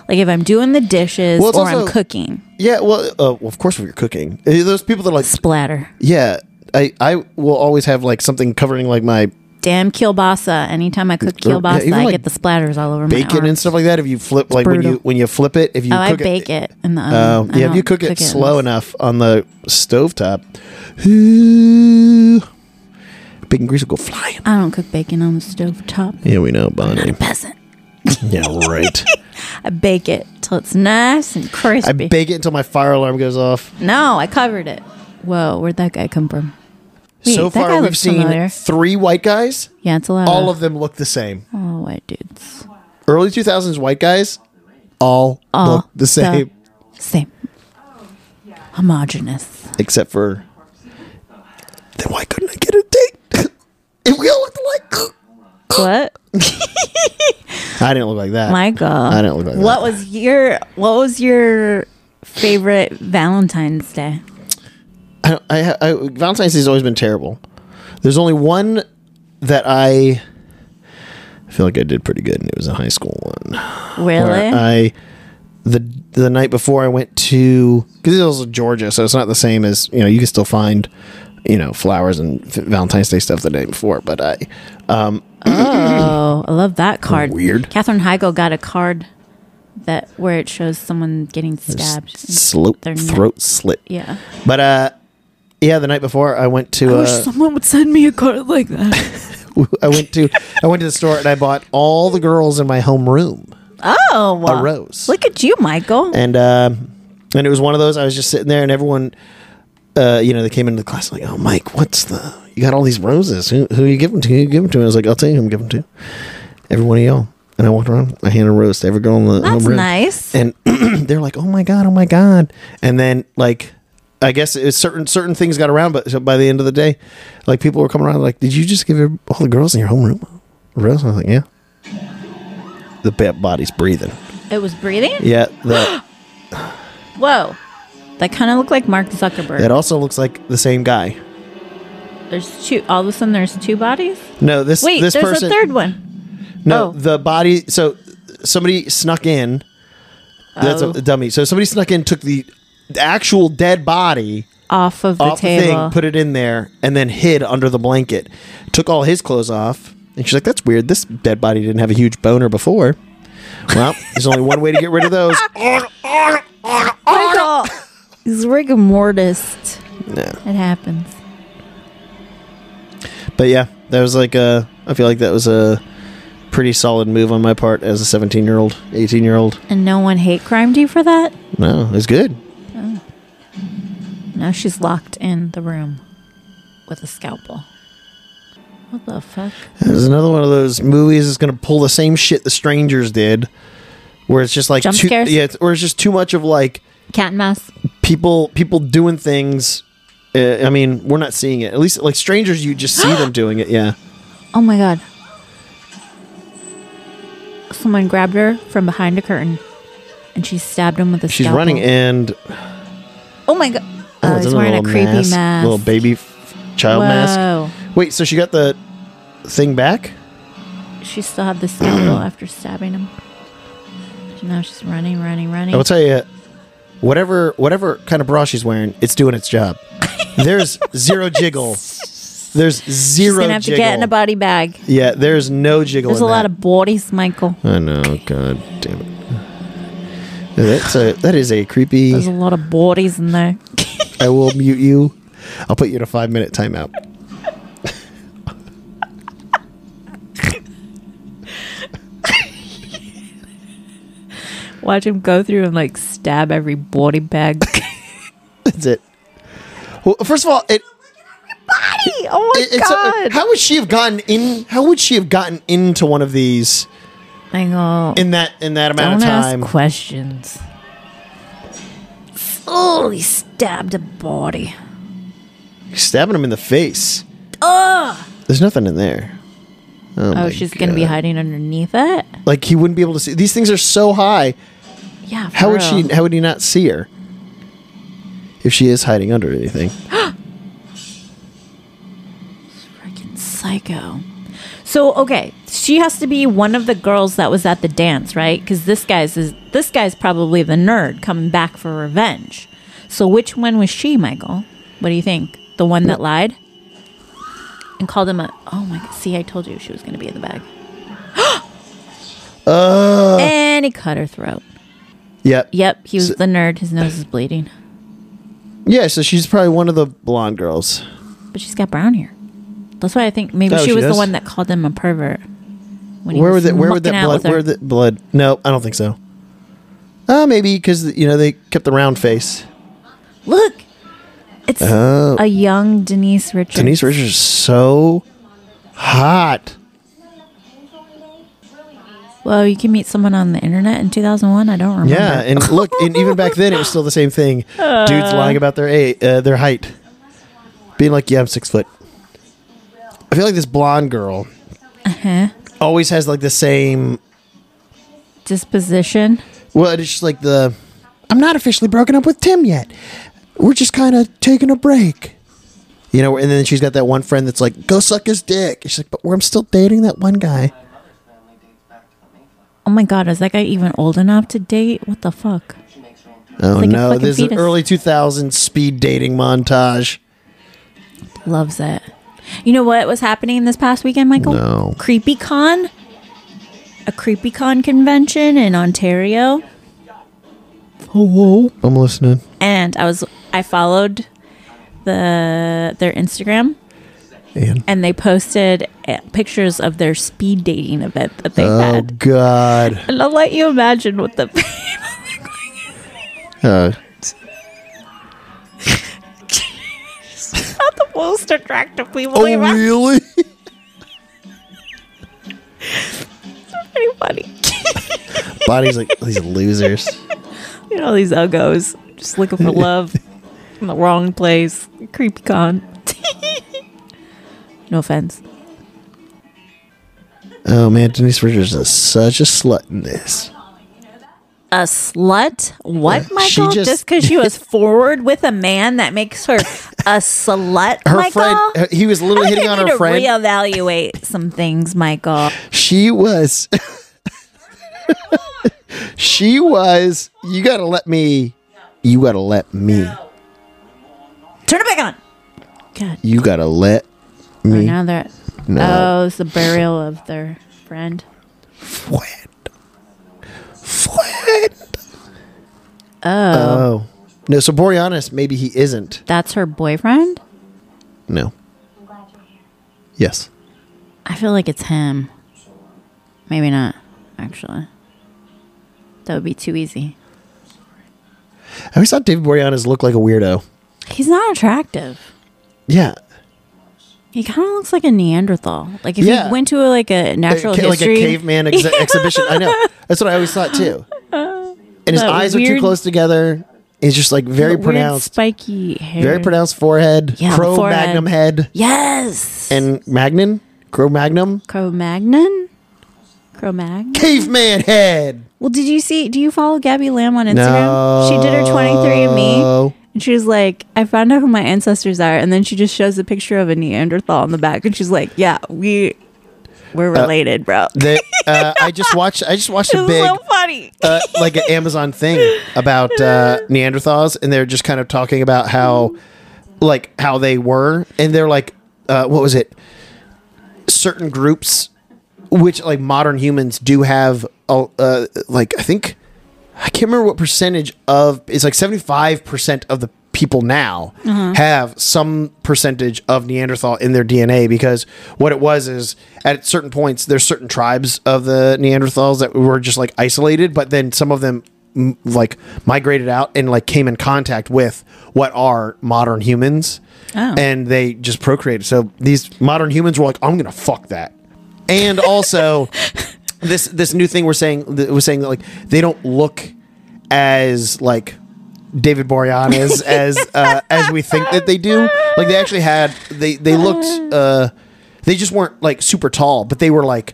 Like if I'm doing the dishes
Well, it's
or I'm
also-
cooking,
Yeah, well, uh, well, of course, if you're cooking, Uh, those people that are like,
splatter.
yeah, I, I will always have like something covering like my
Damn kielbasa. Anytime I cook
Or- yeah,
kielbasa,
even
I
like
get the splatters all over my
bacon
arms.
and stuff like that. If you flip, like when
brutal.
you when you flip it, if you
oh, I
cook
bake it, in the
Oh,
oven. I
yeah, if you
don't
cook, it,
in
slow
the-
enough on the stovetop, ooh, bacon grease will go flying.
I don't cook bacon on the stove top.
Yeah, we know,
(laughs)
Bonnie.
Peasant.
yeah, right.
I bake it till it's nice and crispy.
I bake it until my fire alarm goes off.
no, I covered it. Whoa, where'd that guy come from? Wait,
so
that guy
far, we've
looks
seen
familiar.
three white guys.
Yeah, it's a lot.
All of them look the same.
all white dudes.
Early 2000s white guys, all
All
look the same,
Same. Homogenous.
except for. Then why couldn't I get a date? (laughs) if we all looked alike.
What?
I didn't look like that.
Michael.
I didn't look like
What was your What was your favorite Valentine's Day?
I, I, I Valentine's Day has always been terrible. There's only one that I, I feel like I did pretty good, and it was a high school one.
Really?
Where I the the night before I went to because it was Georgia, so it's not the same as you know. You can still find you know flowers and f- Valentine's Day stuff the day before, but I um,
Oh, I love that card.
Weird.
Catherine Heigl got a card that where it shows someone getting stabbed.
slope
They're not-
throat slit.
yeah.
But uh, yeah, the night before I went to
I wish
uh,
someone would send me a card like that.
(laughs) I went to I went to the store and I bought all the girls in my home room.
Oh,
A rose.
Look at you, Michael.
and um and it was one of those. I was just sitting there, and everyone, uh, you know, they came into the class like, "Oh, Mike, what's the? You got all these roses. Who who you give them to? Who you give them to?" And I was like, "I'll tell you, who I'm giving them to every one of y'all." And I walked around. I handed a rose to every girl in the
That's
room.
nice.
And (clears throat) they're like, "Oh my god, oh my god!" And then like. I guess it was certain certain things got around, but so by the end of the day, like people were coming around, like, "Did you just give every- all the girls in your homeroom a rose?" And I was like, "Yeah." The bat body's breathing.
It was breathing.
Yeah, the,
Whoa, that kind of looked like Mark Zuckerberg.
It also looks like the same guy.
there's two. All of a sudden, there's two bodies.
No, this
Wait,
this
there's
person.
a third one.
No,
oh.
the body. So somebody snuck in. That's
Oh.
a dummy. So somebody snuck in, took the actual dead body
Off of the
off the thing,
table.
put it in there, and then hid under the blanket. Took all his clothes off, and she's like, "That's weird. This dead body didn't have a huge boner before."
(laughs)
Well, there's only one way to get rid of those.
Michael, (laughs) He's rigor mortis.
Yeah.
It happens.
But yeah, that was like a. I feel like that was a pretty solid move on my part as a 17 year old, 18 year old.
And no one hate crimed you for that?
No, it was good.
Now she's locked in the room with a scalpel. What the fuck?
There's another one of those movies that's going to pull the same shit the Strangers did, where it's just like
Jump
too,
scares?
Yeah, it's, or it's just too much of like
Cat and mouse.
people people doing things. Uh, I mean, we're not seeing it. At least like Strangers, you just see
(gasps)
them doing it. Yeah.
Oh my god. Someone grabbed her from behind a curtain and she stabbed him with a
She's
scalpel.
running and
Oh my god.
oh,
Oh,
it's
he's
in a
wearing a
little
creepy mask.
mask, little baby f- child
Whoa.
mask. Wait, so she got the thing back?
She still had the
(clears throat)
scalpel after stabbing him. So now she's running, running, running.
I will tell you, whatever whatever kind of bra she's wearing, it's doing its
(laughs)
job. There's zero jiggle. There's
she's
zero
gonna have
jiggle.
to get in a body bag.
yeah, there's no jiggle.
There's a
in
lot
that.
of bodies, Michael.
I know. God damn it. That's a that is a creepy.
There's a lot of bodies in there.
I will mute you. I'll put you in a five minute timeout.
Watch him go through and like stab every
(laughs)
body bag.
That's it. Well, first of all, it,
oh my
it- it's
god!
how would she have gotten in? How would she have gotten into one of these
Michael,
in that in that amount
don't
of
ask
time?
questions. Oh, he stabbed a body.
stabbing him in the face. Ugh. There's nothing in there. Oh,
Oh,
my
she's gonna be
God.
hiding underneath it.
Like he wouldn't be able to see. These things are so high.
Yeah. For
How would
real.
she? How would he not see her? If she is hiding under anything.
Freaking psycho. So okay, she has to be one of the girls that was at the dance, right? Because this guy's is this guy's probably the nerd coming back for revenge. So which one was she, Michael? What do you think? The one that lied and called him a oh my god! See, I told you she was gonna be in the bag. and he cut her throat.
Yep.
Yep, he was
So-
the nerd. His nose is bleeding,
Yeah. So she's probably one of the blonde girls.
but she's got brown hair. That's why I think maybe
Oh,
she,
she
was
does?
the one that called him a pervert. When he
Where
was
would that? Where would
mucking
that
out
blood?
with her.
Where the blood? No, I don't think so. Uh, maybe because you know they kept the round face.
Look, it's a young Denise Richards.
Oh. Denise Richards is so hot.
Well, you can meet someone on the internet in 2001. I don't remember. (laughs)
Yeah, and look, and even back then it was still the same thing. Dudes lying about their a uh, their height, being like, "Yeah, I'm six foot." I feel like this blonde girl
Uh-huh.
always has like the same.
Disposition.
Well, it's just like the. I'm not officially broken up with Tim yet. We're just kind of taking a break. You know, and then she's got that one friend that's like, "Go suck his dick." And she's like, "But we're, I'm still dating that one guy."
Oh my God, is that guy even old enough to date? What the fuck?
Oh
like a
no,
fucking
this is an
fetus.
early 2000s speed dating montage.
Loves it. You know what was happening this past weekend, Michael?
No.
Creepy Con. A Creepy Con convention in Ontario.
Hello, I'm listening.
And I was I followed the their Instagram
And
and they posted uh, pictures of their speed dating event that they
oh
had.
god.
And I'll let you imagine what the (laughs)
Uh,
not the most attractive people
oh,
we've ever-
really? (laughs)
pretty funny. (laughs)
Body's like these losers.
you know these uggos just looking
(laughs)
for love in the wrong place. Creepy con. (laughs) no offense.
Oh man, Denise Richards is such a slut in this.
A slut? What,
Yeah, she
Michael?
just-
Just because
(laughs)
she was forward with a man that makes her a slut,
Her
Michael?
friend, her- he was
I
literally
think
hitting
I
on
need
her
to
friend.
reevaluate some things, Michael.
she was. (laughs) she was. You gotta let me. You gotta let me.
Turn it back on. God.
You gotta let
Oh,
me.
now they're.
No.
Oh, it's the burial of their friend.
Flat. Flat.
Oh.
Oh. No, so Boreanaz, maybe he isn't.
That's her boyfriend?
No. Yes.
I feel like it's him. Maybe not, actually. That would be too easy.
I always thought David Boreanaz looked like a weirdo.
He's not attractive.
Yeah.
He kind of looks like a Neanderthal. Like if
Yeah.
you went to a, like a natural
ca- like a
history,
caveman
(laughs)
ex- exhibition. I know. That's what I always thought too. And his
That
eyes are too
weird-
close together. He's just like very
weird
pronounced,
spiky hair,
very pronounced forehead,
Yeah, the
crow
forehead.
magnum head,
Yes,
and magnon, crow magnum,
Cro-Magnon. Cro-Mag.
caveman head.
Well, did you see? Do you follow Gabby Lamb on Instagram? She did her 23andMe.
No.
And she was like, I found out who my ancestors are. And then she just shows a picture of a Neanderthal on the back. And she's like, Yeah, we, we're related, bro.
Uh, They-
(laughs)
uh, I just watched. I just watched
This
a
is
big.
so funny.
uh, like an Amazon thing about uh, Neanderthals, and they're just kind of talking about how, like, how they were, and they're like, uh, what was it? Certain groups, which like modern humans do have, uh, uh, like I think, I can't remember what percentage of it's like seventy five percent of the people now have some percentage of Neanderthal in their DNA because what it was is at certain points there's certain tribes of the Neanderthals that were just like isolated, but then some of them m- like migrated out and like came in contact with what are modern humans, and they just procreated. So these modern humans were like, I'm gonna fuck that, and also. This this new thing we're saying that was saying that like they don't look as like David
(laughs)
Boreanaz as uh, as we think that they do. Like they actually had they they looked uh, they just weren't like super tall, but they were like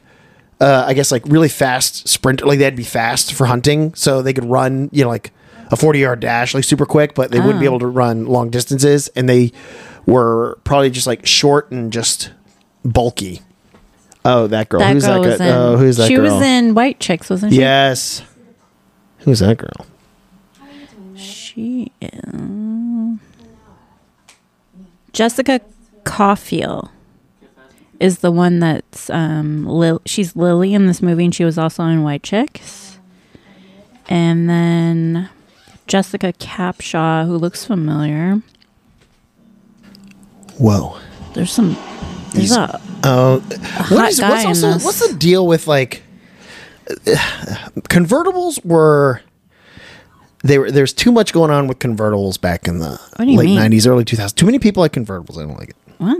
uh, I guess like really fast sprinter. Like they had to be fast for hunting, so they could run you know like a forty yard dash like super quick, but they wouldn't
Ah.
be able to run long distances, and they were probably just like short and just bulky. Oh, that girl.
That
who's
girl
that
was
guy?
in.
Oh, who's that
she
girl?
was in White Chicks, wasn't she?
Yes. Who's that girl?
She is. Jessica Caulfield is the one that's um Lil- she's Lily in this movie and she was also in White Chicks. And then Jessica Capshaw who looks familiar.
Whoa.
There's some there's a
Oh,
hot
what is,
guy
what's
in
also
this.
what's the deal with like convertibles were they were there's too much going on with convertibles back in the
do you
late
mean?
90s early 2000s too many people like convertibles i don't like it
what?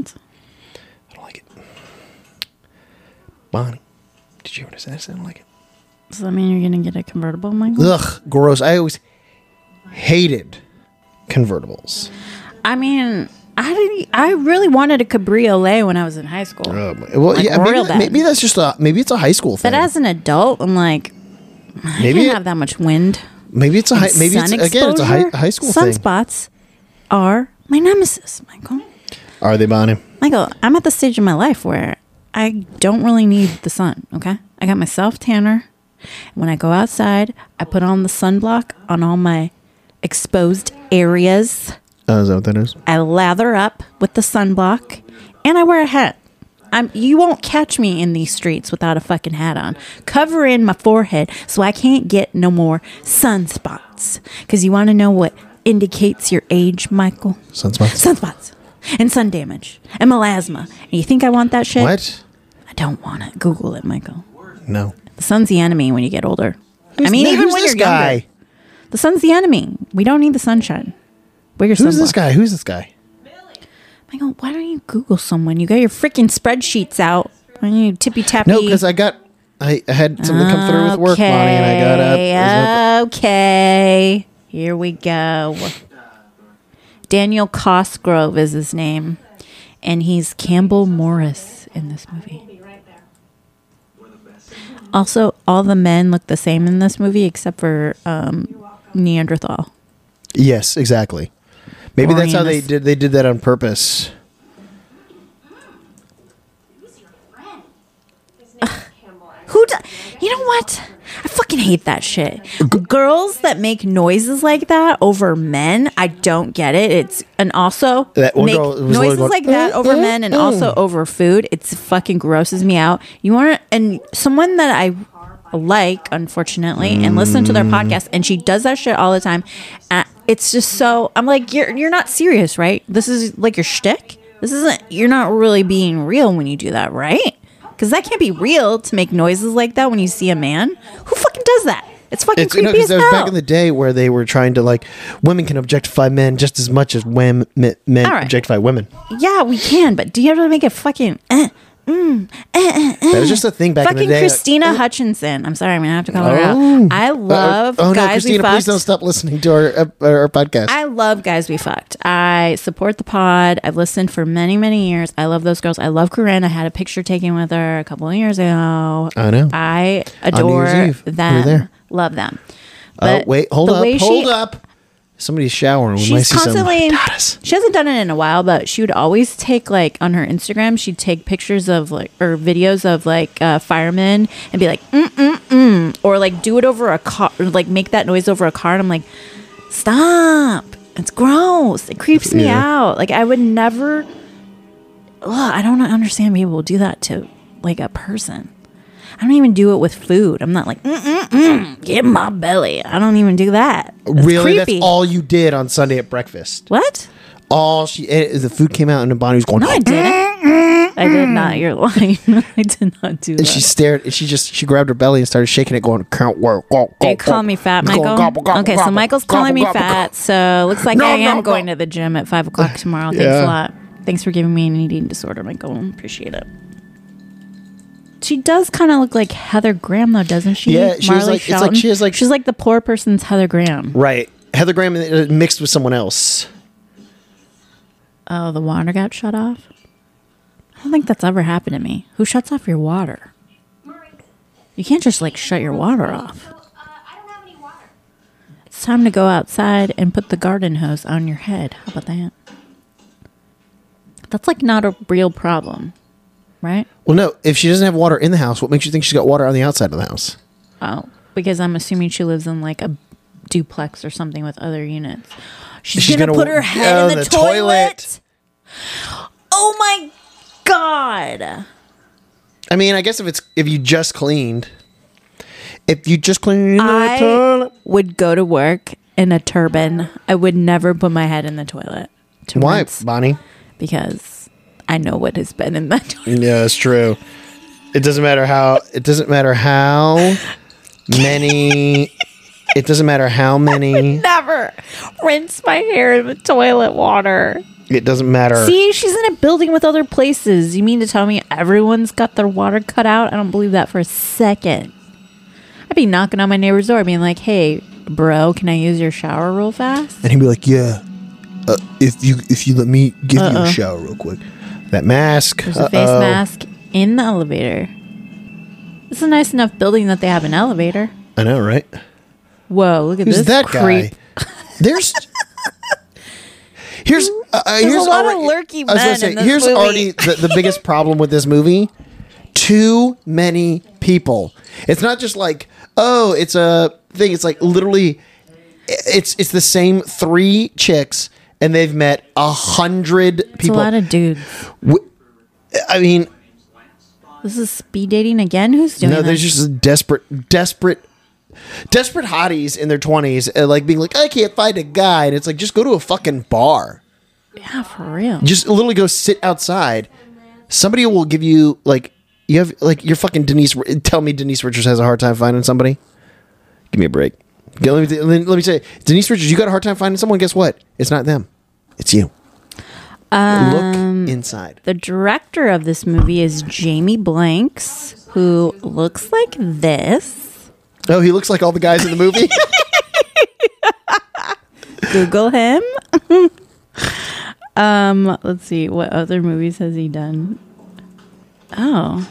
i don't like it bonnie did you ever say this? i don't like it
Does that mean you're gonna get a convertible, Michael?
ugh gross i always hated convertibles
I mean I didn't I really wanted a cabriolet when I was in high school.
oh, my- well
Like
yeah maybe,
Royal
that- maybe
Bend.
that's just a maybe it's a high school thing
But as an adult, I'm like, I
maybe
didn't
it-
have that much wind.
maybe it's a high, maybe it's,
Sun
again it's a high,
exposure.
high school thing
Sunspots are my nemesis, Michael.
are they bonnie
Michael, I'm at the stage in my life where I don't really need the sun. Okay, I got myself tanner. When I go outside, I put on the sunblock on all my exposed areas.
oh is that what that is
I lather up with the sunblock, and I wear a hat. I'm, you won't catch me in these streets without a fucking hat on, covering my forehead so I can't get no more sunspots. Because you want to know what indicates your age, Michael?
Sunspots.
Sunspots and sun damage and melasma. And you think I want that shit?
What?
I don't want it. Google it, Michael.
No.
The sun's the enemy when you get older. I mean, even when you're younger, the sun's the enemy. We don't need the sunshine. Wear your
Who's
sunblock.
this guy? Who's this guy?
Michael, why don't you Google someone? You got your freaking spreadsheets out. Why don't you tippy tappy?
No, because I got, I I had something come through with work, Bonnie, and I got up. It was not-
Okay. uh, Okay. Here we go. Daniel Cosgrove is his name, and he's Campbell Morris in this movie. Also, all the men look the same in this movie except for um, Neanderthal.
Yes, exactly. Maybe that's how they
Boreanaz.
did. They did that on purpose.
Who's your friend? His name is Campbell. I
Who do, you know what? I fucking hate that shit. Girls that make noises like that over men, I don't get it. It's and also
That one
make
girl was literally
noises
going,
like that
"Mm,
over
mm,
men and also over food. It's fucking grosses me out. You want and someone that I
Mm.
like, unfortunately, and listen to their podcast, and she does that shit all the time. I, it's just so I'm like you're you're not serious, right? This is like your shtick. This isn't you're not really being real when you do that, right? Because that can't be real to make noises like that when you see a man. Who fucking does that? It's fucking
It's you
creepy
know because that
as hell.
was back in the day where they were trying to like women can objectify men just as much as wham, men, men
All right.
objectify women.
yeah, we can, but do you have to make it fucking? Eh,
That was just a thing back in the
fucking
day.
Christina Hutchinson. I'm sorry, I'm gonna have to call her
Oh.
out. I love
oh, oh no,
guys
Christina!
we
Please
fucked.
don't stop listening to our uh, our podcast.
I love guys we fucked. I support the pod. I've listened for many many years. I love those girls. I love Corinne. I had a picture taken with her a couple of years ago.
I know.
I
New
adore
Year's Eve. We were
them.
there.
Love them.
Oh
But
wait, hold
the
up,
way she-
hold up. Somebody's showering. We might
She's
see someone.
constantly.
Got us.
She hasn't done it in a while, but she would always take like on her Instagram. She'd take pictures of like or videos of like uh, firemen and be like, mm mm mm, or like do it over a car, or, like make that noise over a car. And I'm like, stop! It's gross. It creeps me
Yeah.
out. Like I would never. Ugh, I don't understand people who do that to like a person. I don't even do it with food. I'm not like, mm mm mm, get in my belly. I don't even do that. It's
really,
creepy.
that's all you did on Sunday at breakfast.
What?
All she eh, the food came out, and Bonnie was going.
No, I didn't. I did not. You're lying. (laughs) I did not do that.
And she stared. And she just she grabbed her belly and started shaking it, going, "Can't work."
you call me fat, Michael. okay, so Michael's calling me fat. So looks like
No,
I am
no,
going
no.
to the gym at five o'clock
(laughs)
tomorrow. Thanks
Yeah.
a lot. Thanks for giving me an eating disorder, Michael. Appreciate it. She does kind of look like Heather Graham, though, doesn't she?
Yeah, she was like- it's like she is like-
she's like the poor person's Heather Graham.
Right, Heather Graham uh, mixed with someone else.
Oh, the water got shut off. I don't think that's ever happened to me. Who shuts off your water?
Murray,
You can't just like shut your water off.
so, uh, I don't have any water.
It's time to go outside and put the garden hose on your head. How about that? That's like not a real problem, right?
Well, no, if she doesn't have water in the house, what makes you think she's got water on the outside of the house?
Oh, because I'm assuming she lives in like a duplex or something with other units. She's,
She's
gonna,
gonna
put her head
go
in the,
in the toilet.
toilet. Oh my god!
I mean, I guess if it's if you just cleaned, if you just cleaned the
I-
toilet,
Would go to work in a turban. I would never put my head in the toilet. To
why,
rinse
Bonnie?
Because I know what has been in that (laughs) toilet.
Yeah, that's true. It doesn't matter how. It doesn't matter how many. It doesn't matter how many.
never rinse my hair in with toilet water.
It doesn't matter.
See, she's in a building with other places. You mean to tell me everyone's got their water cut out? I don't believe that for a second. I'd be knocking on my neighbor's door, being like, "Hey, bro, can I use your shower real fast?"
And he'd be like, "Yeah, uh, if you if you let me give you a shower real quick, that mask,
Uh-uh. There's a face
uh-oh.
mask in the elevator. It's a nice enough building that they have an elevator.
I know, right?
Whoa, look at
Who's
this
that
creep.
guy? (laughs) There's here's uh, uh,
There's a
here's
lot of
already-
lurky
I was gonna
men in this
here's
movie.
already the, the biggest problem with this movie: too many people. It's not just like oh, it's a thing. It's like literally, i- it's it's the same three chicks. And they've met a hundred
It's a
people.
lot of dudes.
W- I mean,
This is speed dating again. Who's doing
No,
this?
there's just desperate, desperate, desperate hotties in their twenties, uh, like being like, I can't find a guy, and it's like, just go to a fucking bar,
yeah, for real.
just literally go sit outside. Somebody will give you like, you have like your fucking Denise. Tell me Denise Richards has a hard time finding somebody. Give me a break. Okay, let me let me- let me say, Denise Richards, you got a hard time finding someone. Guess what? It's not them, it's you.
Um,
Look inside.
The director of this movie is Jamie Blanks, who looks like this.
Oh, he looks like all the guys in the
(laughs)
movie.
Google him. (laughs) um, let's see what other movies has he done. Oh.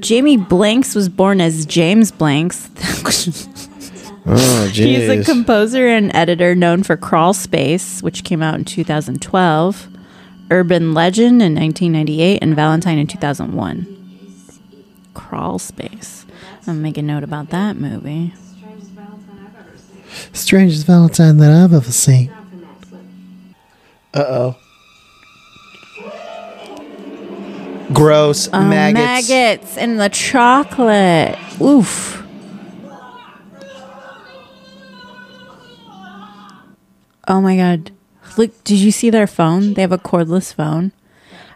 Jamie Blanks was born as James Blanks. (laughs)
oh,
He's a composer and editor known for Crawl Space, which came out in 2012, Urban Legend in 1998, and Valentine in 2001. Crawl Space. I'm gonna make a note about that movie.
Strangest Valentine I've ever seen.
Strangest Valentine that I've ever seen.
Time for next look.
Uh oh. Gross
Oh,
maggots.
maggots in the chocolate. Oof. Oh my god. Look, did you see their phone? They have a cordless phone.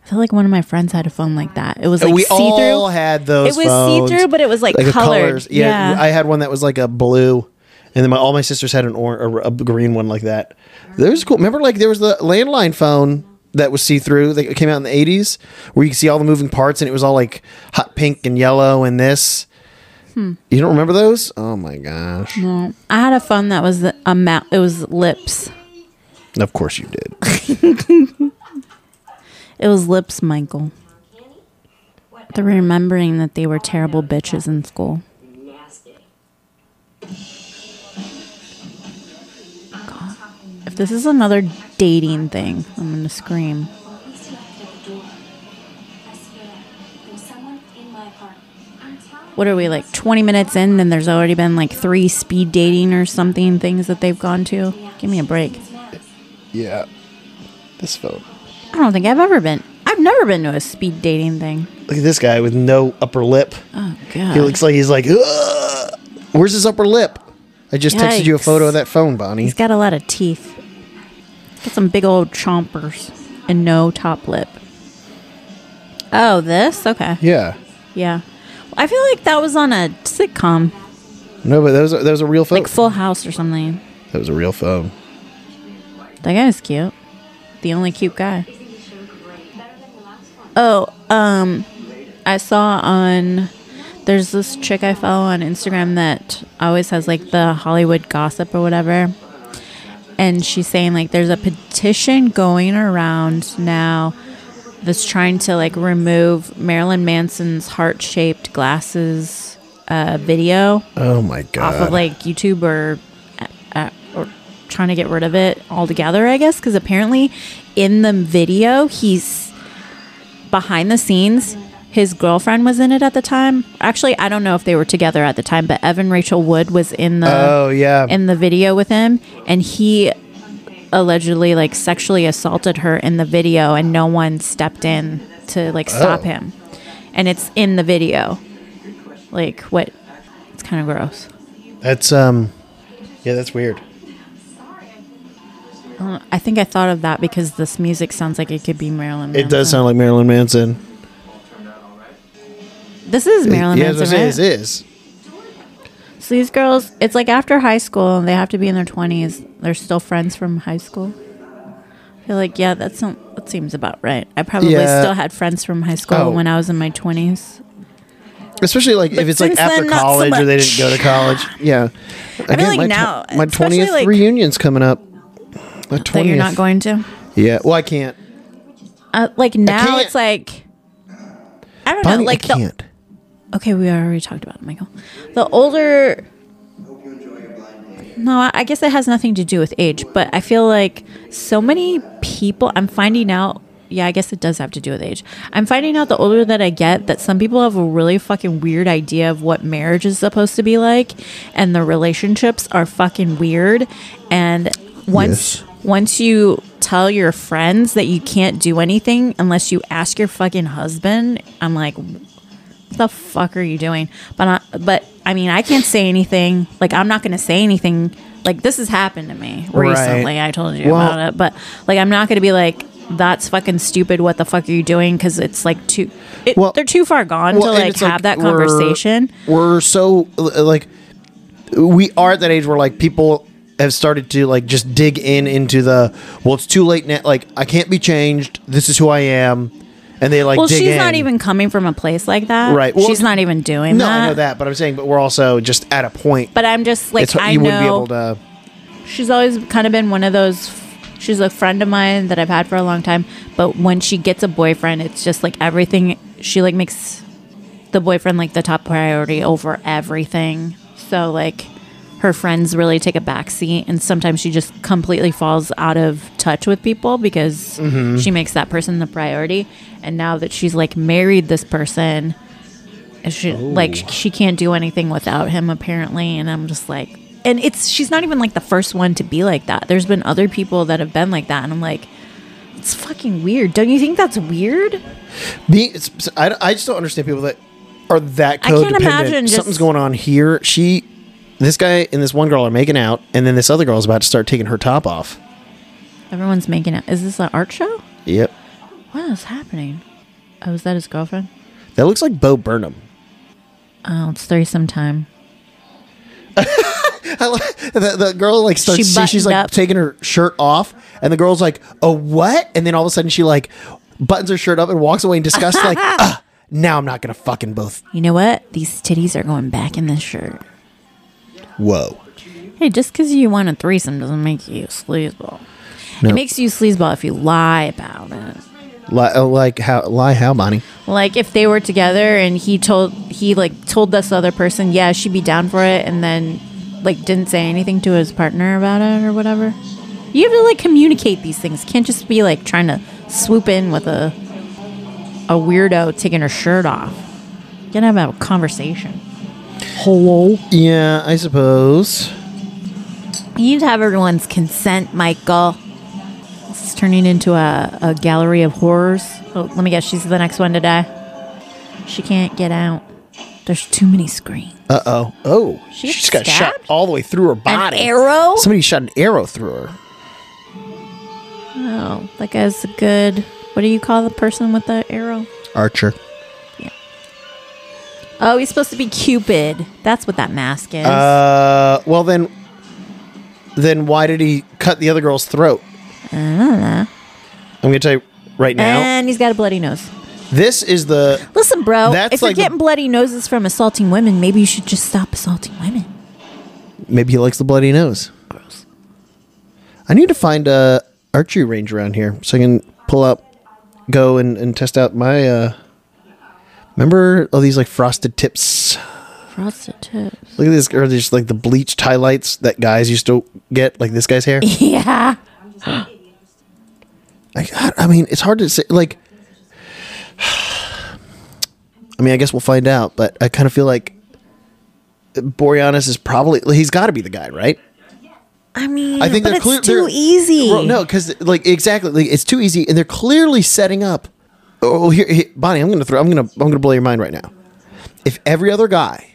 I feel like one of my friends had a phone like that. It was like
Uh, we
see
all
through.
had those.
It was
phones.
see-through, but it was, like,
a
colored.
Yeah,
Yeah.
I had one that was like a blue, and then my, all my sisters had an or a, a green one like that. There was cool. Remember, like there was the landline phone that was see through that came out in the eighties, where you could see all the moving parts, and it was all like hot pink and yellow and this.
Hmm.
You don't remember those? Oh my gosh!
I had a phone that was a mouth. It was lips.
Of course you did.
It was lips, Michael. They're remembering that they were terrible bitches in school.
Nasty.
If this is another dating thing, I'm gonna scream.
Always left at the door. I swear, there's someone in my heart. I'm telling
What are we like 20 minutes in, and there's already been like three speed dating or something things that they've gone to? Give me a break.
(laughs) yeah, this phone.
I don't think I've ever been. I've never been to a speed dating thing.
Look at this guy with no upper lip.
Oh god.
He looks like he's like, "Ugh." where's his upper lip? I just texted you a
Yikes.
photo of that phone, Bonnie.
He's got a lot of teeth. Got some big old chompers and no top lip. Oh, this? Okay.
Yeah.
Yeah. I feel like that was on a sitcom,
No, but that was a, that was a real phone.
like Full House or something.
that was a real phone.
That guy's cute. The only cute guy. Oh, um, I saw on there's this chick I follow on Instagram that always has like the Hollywood gossip or whatever. And she's saying like there's a petition going around now that's trying to like remove Marilyn Manson's heart-shaped glasses uh, video
Oh my god.
off of like YouTube or, uh, or trying to get rid of it altogether, I guess, because apparently in the video, he's behind the scenes. His girlfriend was in it at the time. Actually, I don't know if they were together at the time, but Evan Rachel Wood was in the
oh yeah.
in the video with him, and he allegedly like sexually assaulted her in the video, and no one stepped in to like stop
Oh.
him. And it's in the video. Like what? It's kind of gross.
that's um. Yeah, that's weird.
Uh, I think I thought of that because this music sounds like it could be Marilyn.
It
Manson.
does sound like Marilyn Manson.
This is Marilyn
yeah,
Manson.
that's what I'm
right?
saying, it is.
So these girls, it's like after high school, and they have to be in their twenties. They're still friends from high school. I feel like yeah, that's not, that seems about right. I probably
Yeah.
still had friends from high school
Oh.
when I was in my twenties.
Especially like if it's like
since
after
then, not so
college or they didn't go to
much.
college. Yeah. Again,
like
my tw-
now,
my
especially,
twentieth
like-
reunion's coming up. My
That you're not
twentieth.
going to.
Yeah. Well, I can't.
Uh, like now,
can't.
it's like I don't
Bonnie,
know. Like
I
the
can't.
Okay, we already talked about it, Michael. The older. No, I- I guess it has nothing to do with age, but I feel like so many people, I'm finding out. Yeah, I guess it does have to do with age. I'm finding out the older that I get that some people have a really fucking weird idea of what marriage is supposed to be like, and the relationships are fucking weird. And once
Yes.
once you tell your friends that you can't do anything unless you ask your fucking husband, I'm like, the fuck are you doing? But I, but I mean, I can't say anything. Like I'm not going to say anything. Like this has happened to me
Right.
recently. I told you
Well-
about it, but like I'm not going to be like that's fucking stupid. What the fuck are you doing? Because it's like too. It,
Well-
they're too far gone
Well,
to
and
like
it's
have that
we're-
conversation.
We're, so uh, like we are at that age where like people have started to like just dig in into the well, it's too late now. Like I can't be changed. This is who I am, and they like.
Well,
dig
she's
in.
not even coming from a place like that.
Right. Well,
she's not even doing
No,
that.
I know that, but I'm saying, but we're also just at a point.
But I'm just like
it's,
I
you
know
wouldn't be able to.
she's always kind of been one of those she's a friend of mine that i've had for a long time but when she gets a boyfriend it's just like everything she like makes the boyfriend like the top priority over everything so like her friends really take a backseat and sometimes she just completely falls out of touch with people because she makes that person the priority and now that she's like married this person and she like sh- she can't do anything without him apparently and i'm just like and it's she's not even like the first one to be like that there's been other people that have been like that and i'm like it's fucking weird don't you think that's weird
Being, it's, I, I just don't understand people that are that
I can't
codependent.
imagine just-
Something's going on here. She, this guy and this one girl are making out, and then this other girl's about to start taking her top off.
Everyone's making it. Is this an art show?
Yep.
What is happening? Oh, is that his girlfriend?
That looks like Bo Burnham.
Oh, it's threesome time.
I li- (laughs) the, the girl like starts
She
see- she's
buttoned
like
up.
taking her shirt off and the girl's like a what and then all of a sudden she like buttons her shirt up and walks away in disgust
(laughs)
like "Ugh, now i'm not gonna fucking both
You know what? These titties are going back in this shirt.
whoa
Hey, just because you want a threesome doesn't make you a sleazeball.
No.
It makes you a sleazeball if you lie about it.
Li- oh, like how lie how bonnie
Like if they were together and he told he like told this other person, yeah, she'd be down for it, and then like didn't say anything to his partner about it or whatever. You have to like communicate these things. Can't just be like trying to swoop in with a a weirdo taking her shirt off. You gotta have a conversation. Hello.
yeah i suppose
You need to have everyone's consent, Michael. This is turning into a, a gallery of horrors. Oh, let me guess, she's the next one to die. She can't get out. There's too many screens.
uh-oh oh she
She gets
has got shot
stabbed?
all the way through her body
arrow?
somebody shot an arrow through her
Oh, that guy's a good. What do you call the person with the arrow?
archer
Oh, he's supposed to be Cupid. That's what that mask is.
uh well then then why did he cut the other girl's throat i'm gonna tell you right now
and he's got a bloody nose.
This is the
Listen, bro,
That's
if you're
like the-
getting bloody noses from assaulting women, maybe you should just stop assaulting women.
maybe he likes the bloody nose.
Gross.
I need to find a archery range around here so I can pull up, go and, and test out my. uh Remember all these like frosted tips?
Frosted tips.
Look at this, or just like the bleached highlights that guys used to get, like this guy's hair.
(laughs) Yeah.
Like, I, I mean, it's hard to say. Like, (sighs) I mean, I guess we'll find out, but I kind of feel like Boreanaz is probably he's got to be the guy, right?
I mean,
I think
but
they're
it's
clear-
too
they're-
easy.
Well, no, because like exactly, like, it's too easy, and they're clearly setting up. Oh, here, here- Bonnie, I'm gonna throw. I'm gonna. I'm gonna blow your mind right now. If every other guy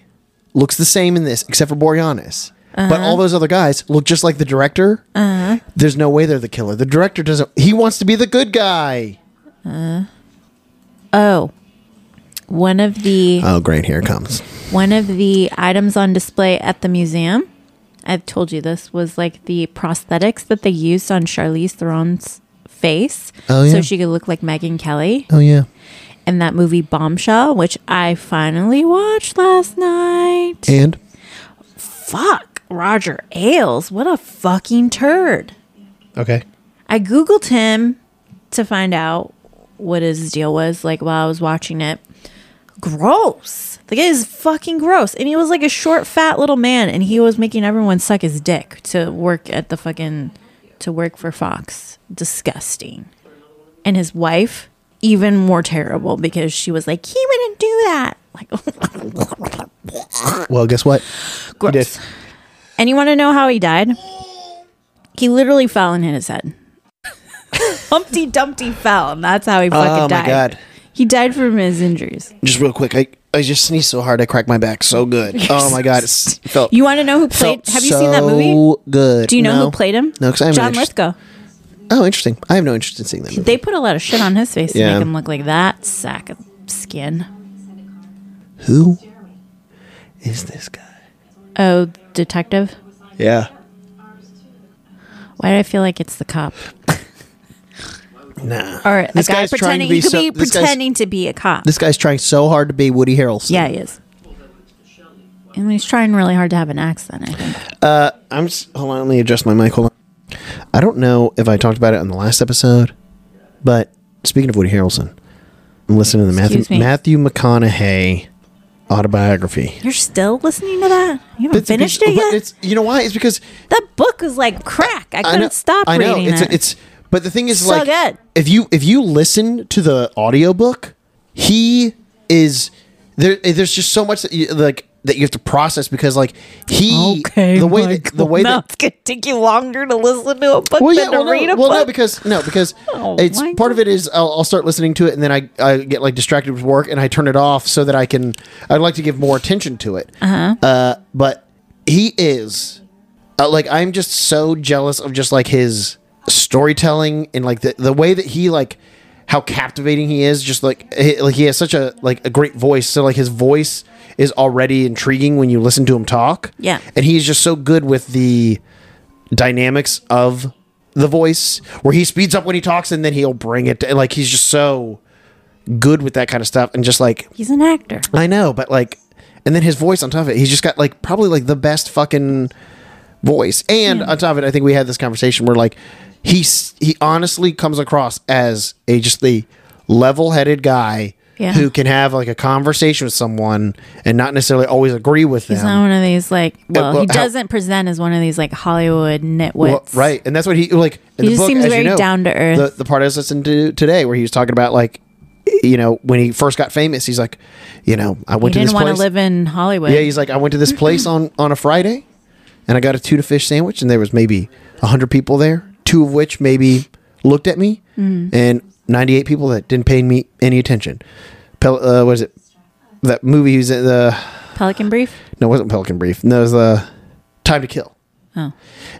looks the same in this, except for Boreanaz, but
Uh-huh.
all those other guys look just like the director, there's no way they're the killer. The director doesn't. He wants to be the good guy.
Oh, one of the
Oh, great! Here it comes.
one of the items on display at the museum. I've told you this was like the prosthetics that they used on Charlize Theron's face,
Oh, yeah.
so she could look like Megan Kelly
Oh yeah.
in that movie Bombshell, which I finally watched last night.
And
Fuck, Roger Ailes, what a fucking turd!
okay.
I googled him to find out what his deal was like while I was watching it. Gross. The guy is fucking gross. And he was like a short, fat little man, and he was making everyone suck his dick to work at the fucking to work for Fox. Disgusting. And his wife, even more terrible because she was like, he wouldn't do that. (laughs) Like
Well, guess what?
gross. And you want to know how he died? He literally fell and hit his head. (laughs) Humpty Dumpty fell, and that's how he fucking
Oh, my
died.
God.
He died from his injuries.
Just real quick, I I just sneezed so hard I cracked my back so (laughs) good. Oh my god, it's felt.
You want to know who played?
felt
Have you seen that movie?
so Good.
Do you know
No.
who played him?
No, because I'm
John Lithgow.
Oh, interesting. I have no interest in seeing that movie.
They put a lot of shit on his face to
Yeah.
make him look like that sack of skin.
Who is this guy?
Oh, detective.
Yeah.
Why do I feel like it's the cop?
Nah.
Or
This
a guy
guy's trying to
pretending
be
he could
so-
be
this guy's-
pretending to be a cop.
This guy's trying so hard to be Woody Harrelson.
yeah, he is. And he's trying really hard to have an accent. I think.
I'm s hold on, let me adjust my mic. Hold on. I don't know if I talked about it on the last episode, but speaking of Woody Harrelson, I'm listening to the Matthew,
Excuse me.
Matthew McConaughey autobiography.
You're still listening to that? You haven't finished
but
it yet?
It's, you know why? It's because
that book was like crack. I
I
couldn't
know-
stop
I know.
reading
it's,
it.
It's but the thing is
So
like
good.
if you if you listen to the audiobook, he is there. There's just so much that you, like that you have to process because like he the way that, the way that
it's gonna take you longer to listen to a book
well
than
yeah well,
to read
no,
a
well
book.
no because no because
Oh,
it's
my
part of it is I'll, I'll start listening to it and then I, I get like distracted with work and I turn it off so that I can I'd like to give more attention to it uh-huh. uh but he is uh, like I'm just so jealous of just like his storytelling and like the, the way that he like how captivating he is just like he, like he has such a like a great voice so like his voice is already intriguing when you listen to him talk
Yeah.
and he's just so good with the dynamics of the voice where he speeds up when he talks and then he'll bring it to, like he's just so good with that kind of stuff and just like
He's an actor.
I know, but like, and then his voice on top of it, he's just got like probably like the best fucking voice. And
Hmm.
on top of it, I think we had this conversation where like he's he honestly comes across as a just the level-headed guy
Yeah.
who can have like a conversation with someone and not necessarily always agree with them.
He's not one of these like. Well,
well,
he
how-
doesn't present as one of these like Hollywood nitwits.
Well, right, and that's what he like. In
He
the
just
book,
seems
as
very
you know,
down to earth.
The, the part I was listening to today, where he was talking about like, you know, when he first got famous, he's like, you know, I
He
went to
didn't
this
want to
place.
live in Hollywood.
Yeah, he's like, I went to this place on on a Friday, and I got a tuna fish sandwich, and there was maybe hundred people there, two of which maybe looked at me, and ninety eight people that didn't pay me any attention. Pel- uh, what is it? That movie he was in the
Pelican Brief.
no, it wasn't Pelican Brief. No, it was uh, Time to Kill.
Oh,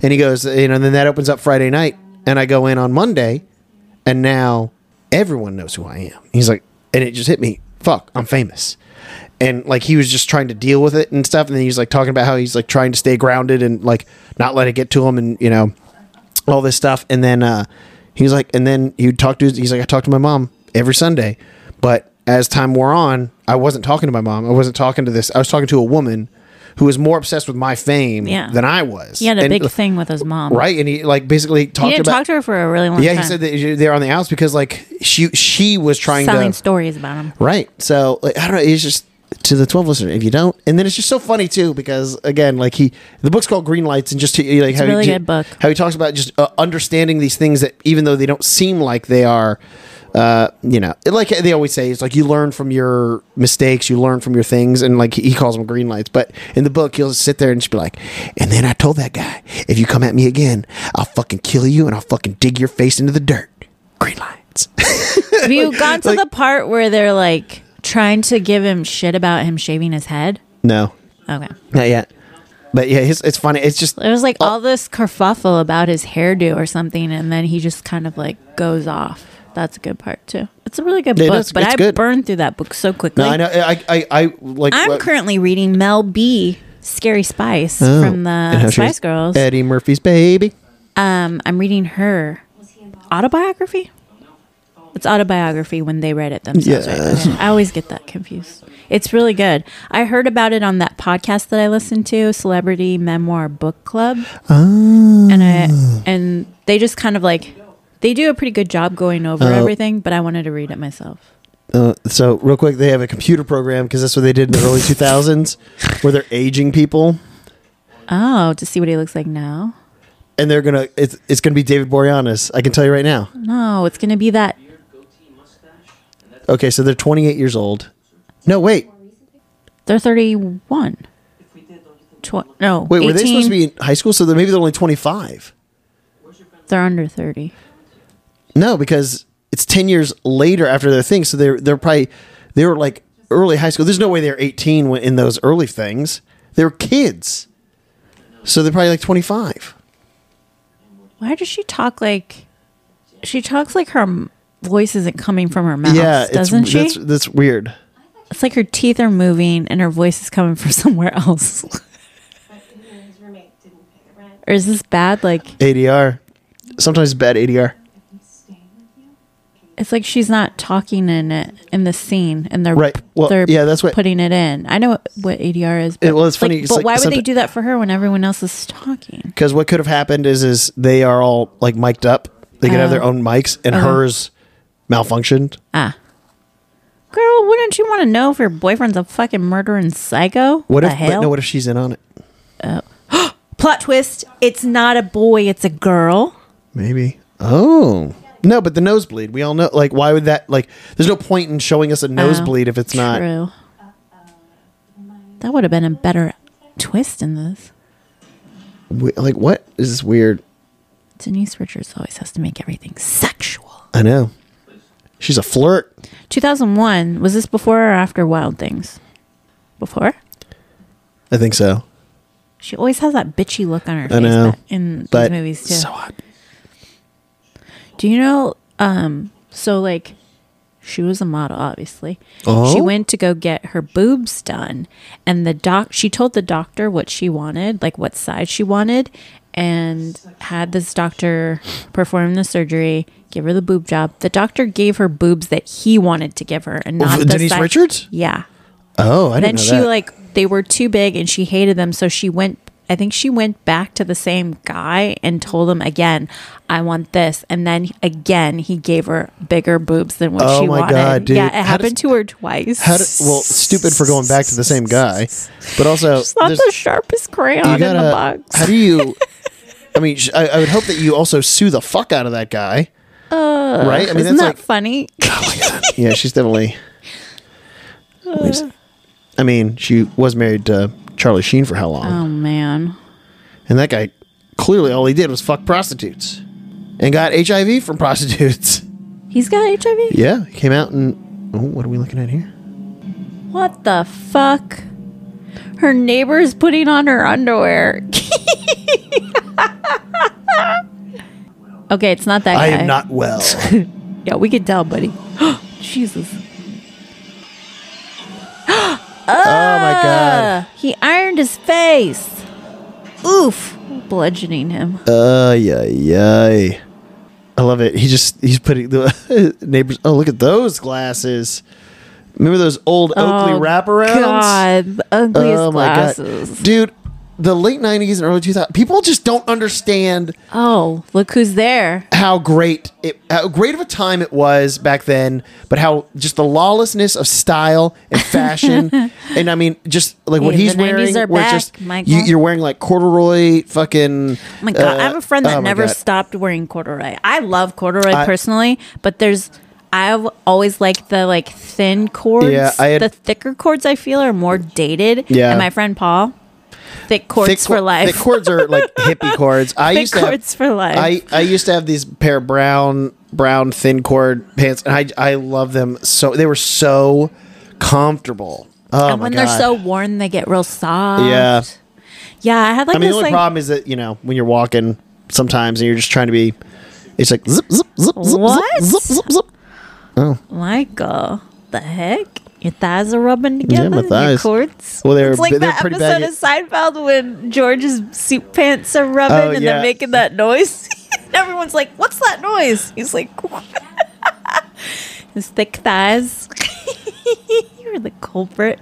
And he goes, you know, and then that opens up Friday night, and I go in on Monday, and now everyone knows who I am. He's like, and it just hit me, fuck, I'm famous. And like he was just trying to deal with it and stuff, and then he's like talking about how he's like trying to stay grounded and like not let it get to him, and you know, all this stuff. And then uh, he was like, and then he would talk to, his, he's like, I talk to my mom every Sunday. But as time wore on, I wasn't talking to my mom. I wasn't talking to this. I was talking to a woman who was more obsessed with my fame
Yeah.
than I was.
he had a
And-
big thing with his mom.
right? And he like basically
Uh-huh. He
talked
didn't
about.
talk to her for a really long
yeah,
time.
he said that they're on the outs because like she she was trying
selling
to
stories about him.
right. So like, I don't know. It's just to the twelve listener. If you don't, and then it's just so funny too because again, like he the book's called Green Lights, and just to, like how
a really
he,
good book.
how he talks about just uh, understanding these things that even though they don't seem like they are. Uh, you know, like they always say, it's like you learn from your mistakes, you learn from your things, and like he calls them green lights. But in the book, he'll sit there and just be like, and then I told that guy, if you come at me again, I'll fucking kill you and I'll fucking dig your face into the dirt. Green lights. (laughs)
Have you gone to the part where they're like trying to give him shit about him shaving his head?
no,
Okay.
Not yet. But yeah, his, it's funny. It's just
There was like all this kerfuffle about his hairdo or something, and then he just kind of like goes off. That's a good part too. It's a really good
It
book,
is.
but
It's
I
good.
burned through that book so quickly.
no, I know. I I, I like.
am
what-
currently reading Mel B. Scary Spice
Oh.
from
And how
the
she
Spice
was
Girls.
Eddie Murphy's baby.
Um, I'm reading her autobiography. It's autobiography when they read it themselves. right?
Yes.
Okay. I always get that confused. It's really good. I heard about it on that podcast that I listened to, Celebrity Memoir Book Club,
Oh.
and I and they just kind of like they do a pretty good job going over everything. But I wanted to read it myself.
Uh, so real quick, they have a computer program because that's what they did in the early
(laughs)
2000s, where they're aging people,
Oh, to see what he looks like now.
and they're gonna. It's it's gonna be David Boreanaz. I can tell you right now.
No, it's gonna be that.
Okay, so they're 28 years old. No, wait,
They're 31. Tw- no,
wait.
18,
Were they supposed to be in high school? So they're, maybe they're only 25.
They're under 30.
No, because it's 10 years later after their thing. So they're they're probably they were like early high school. There's no way they're 18 when, in those early things. They were kids. So they're probably like 25.
Why does she talk like she talks like her m- voice isn't coming from her mouth?
yeah,
doesn't
it's,
she?
That's, that's weird.
it's like her teeth are moving and her voice is coming from (laughs) somewhere else.
His roommate didn't pay the rent.
or is this bad? Like
ADR. Sometimes bad ADR.
it's like she's not talking in it in the scene, and they're
Right. Well,
they're
yeah, that's what-
putting it in. I know what, what ADR is. But
well, it's funny,
like,
it's
but
like
why would they
someti-
do that for her when everyone else is talking?
Because what could have happened is is they are all like mic'd up. They could have their
Oh.
own mics, and
Uh-huh.
hers malfunctioned.
Ah. Girl, wouldn't you want to know if your boyfriend's a fucking murdering psycho?
What
the
if?
hell?
But no, what if she's in on it?
Plot twist: It's not a boy; it's a girl.
Maybe. Oh. No, but the nosebleed. We all know. Like, why would that? Like, there's no point in showing us a nosebleed if it's not.
Uh-huh. True. That would have been a better twist in this.
we- Like, what is this weird?
Denise Richards always has to make everything sexual.
I know. She's a flirt.
2001, was this before or after Wild Things? Before?
I think so.
She always has that bitchy look on her
I
face
know.
back in
But
these movies, too.
so hot.
Do you know? Um, so like, she was a model, obviously.
Oh.
She went to go get her boobs done, and the doc. She told the doctor what she wanted, like what size she wanted, and had this doctor perform the surgery. Give her the boob job. The doctor gave her boobs that he wanted to give her, and not the
Oh, Denise
size-
Richards?
Yeah.
Oh, I
Then
didn't know
she
that.
like they were too big and she hated them, so she went I think she went back to the same guy and told him again, I want this. And then again he gave her bigger boobs than what
Oh
she
my
wanted.
God, dude.
Yeah, it
How does-
happened to her twice.
How do, well, stupid for going back to the same guy, but also
It's not
there's-
the sharpest crayon in the box.
How do you?
(laughs)
I mean, sh- I, I would hope that you also sue the fuck out of that guy,
Uh,
right? I mean,
Isn't
that's
that
like,
funny?
yeah, she's definitely. I mean, she was married to Charlie Sheen for how long?
oh man.
and that guy clearly all he did was fuck prostitutes, and got HIV from (laughs) prostitutes.
He's got HIV?
Yeah, he came out and oh, what are we looking at here?
What the fuck? Her neighbor's putting on her underwear. (laughs) okay, it's not that
I
guy.
am not
(laughs)
well.
Yeah, we can tell, buddy. (gasps) Jesus.
oh my god.
Uh, he ironed his face. Oof. Bludgeoning him.
Uh, yeah, yeah. I love it. He just he's putting the (laughs) neighbors. Oh, look at those glasses. Remember those old Oakley
Oh,
wraparounds?
God, the ugliest
oh my
glasses.
god, dude! The late '90s and early 2000s. People just don't understand
Oh, look who's there.
how great it, how great of a time it was back then, but how just the lawlessness of style and
(laughs)
fashion, and I mean, just like what
Hey,
he's
the 90s
wearing,
are
where it's
back,
just
Michael.
you, are wearing like corduroy, fucking. uh,
Oh my god, I have a friend that never
stopped.
stopped wearing corduroy. I love corduroy
I-
personally, but there's I've always liked the like thin cords.
Yeah, I had-
the thicker cords I feel are more dated.
Yeah.
And my friend Paul, thick cords for
cor-
life.
Thick cords are like hippie
(laughs)
cords. I
Thick
used to
cords
have,
for life. (laughs)
I, I used to have these pair of brown brown thin cord pants, and I I love them so. They were so comfortable. Oh
and
my
when
god!
they're so worn, they get real soft.
Yeah.
Yeah, I had like
I mean, the
this
only
like
problem is that you know when you're walking sometimes and you're just trying to be. It's like zip zip zip zip
What?
zip zip zip. zip.
Michael, the heck? Your thighs are rubbing together.
my
Your
thighs.
cords.
Well, they're-
it's like
they're
that
pretty
episode
bad.
of Seinfeld when George's suit pants are rubbing
Oh,
and
yeah.
they're making that noise. (laughs) and everyone's like, "What's that noise?" He's like, (laughs) "His thick thighs." (laughs) You're the culprit.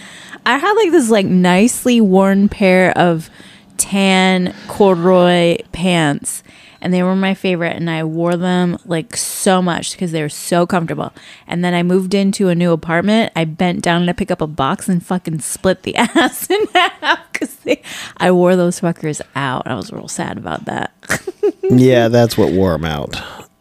(laughs) I had like this like nicely worn pair of tan corduroy pants and they were my favorite and I wore them like so much because they were so comfortable. And then I moved into a new apartment. I bent down to pick up a box and fucking split the (laughs) ass in half because I wore those fuckers out. I was real sad about that. (laughs)
yeah, that's what wore them out.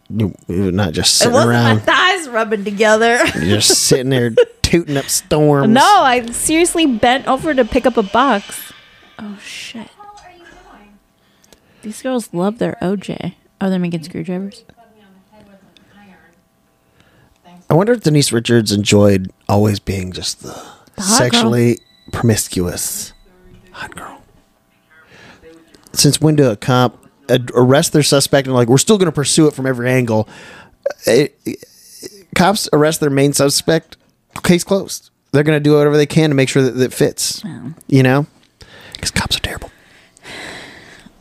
You- you're Not just
It
sitting
wasn't my
around,
thighs rubbing together.
you're just sitting there tooting up storms.
(laughs) no, I seriously bent over to pick up a box. Oh shit.
hell are you doing?
These girls love their OJ. Oh, they're making screwdrivers.
Bug me on the head with an iron.
I wonder if Denise Richards enjoyed always being just the,
hot
sexually promiscuous hot girl. Since when do a cop a- arrest their suspect and like we're still going to pursue it from every angle? It- it- cops arrest their main suspect, case closed. They're going to do whatever they can to make sure that, that it fits. You know, because cops are terrible.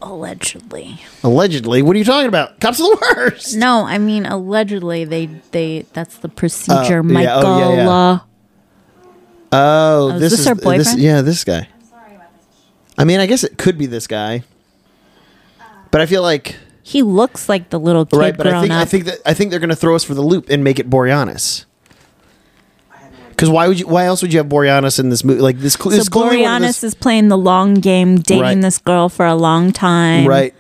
Allegedly.
Allegedly, what are you talking about? Cops are the (laughs) worst.
No, I mean allegedly they they that's the procedure,
Oh,
Michael.
yeah, oh, yeah, yeah.
uh,
Oh,
is
this
this
is
her
This,
boyfriend?
yeah, this guy.
I'm sorry about this.
I mean, I guess it could be this guy, but I feel like
He looks like the little kid
right. But I
grown
think
up.
I think that I think they're going to throw us for the loop and make it Boreanis. Because why would you? Why else would you have Boreanis in this movie? Like this. Cl-
so
this clearly one of
Boreanaz
this-
is playing the long game, dating
Right.
this girl for a long time,
right.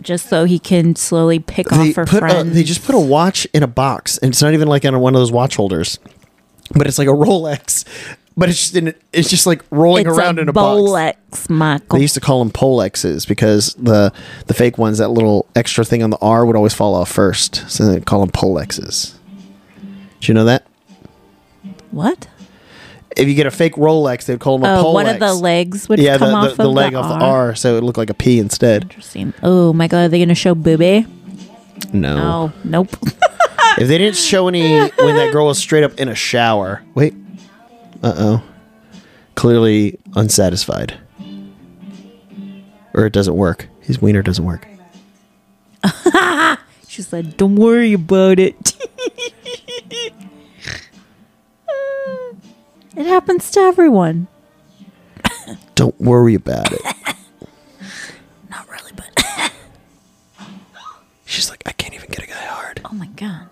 Just so he can slowly pick
They
off her
put a,
friends.
they just put a watch in a box, and it's not even like on one of those watch holders, but it's like a Rolex. But it's just in, it's just like rolling
it's
around
a
in a box.
Bolex, Michael.
They used to call them Polexes because the the fake ones, that little extra thing on the R would always fall off first. So they call them Polexes. Do you know that?
what?
If you get a fake Rolex, they would call them a
Oh,
Polex.
one of the legs would
Yeah,
come
the,
off
the, the
of
leg
the
off the
R.
R, so it looked like a P instead.
Interesting. Oh my god, are they gonna show booby?
No.
Oh, nope.
If they didn't show any when that girl was straight up in a shower. Wait. Uh oh. Clearly unsatisfied. Or it doesn't work. His wiener doesn't work.
She said, "Don't worry about it." it happens to everyone.
Don't worry about
(laughs)
it.
Not really, but (laughs)
She's like, I can't even get a guy hard.
oh my god,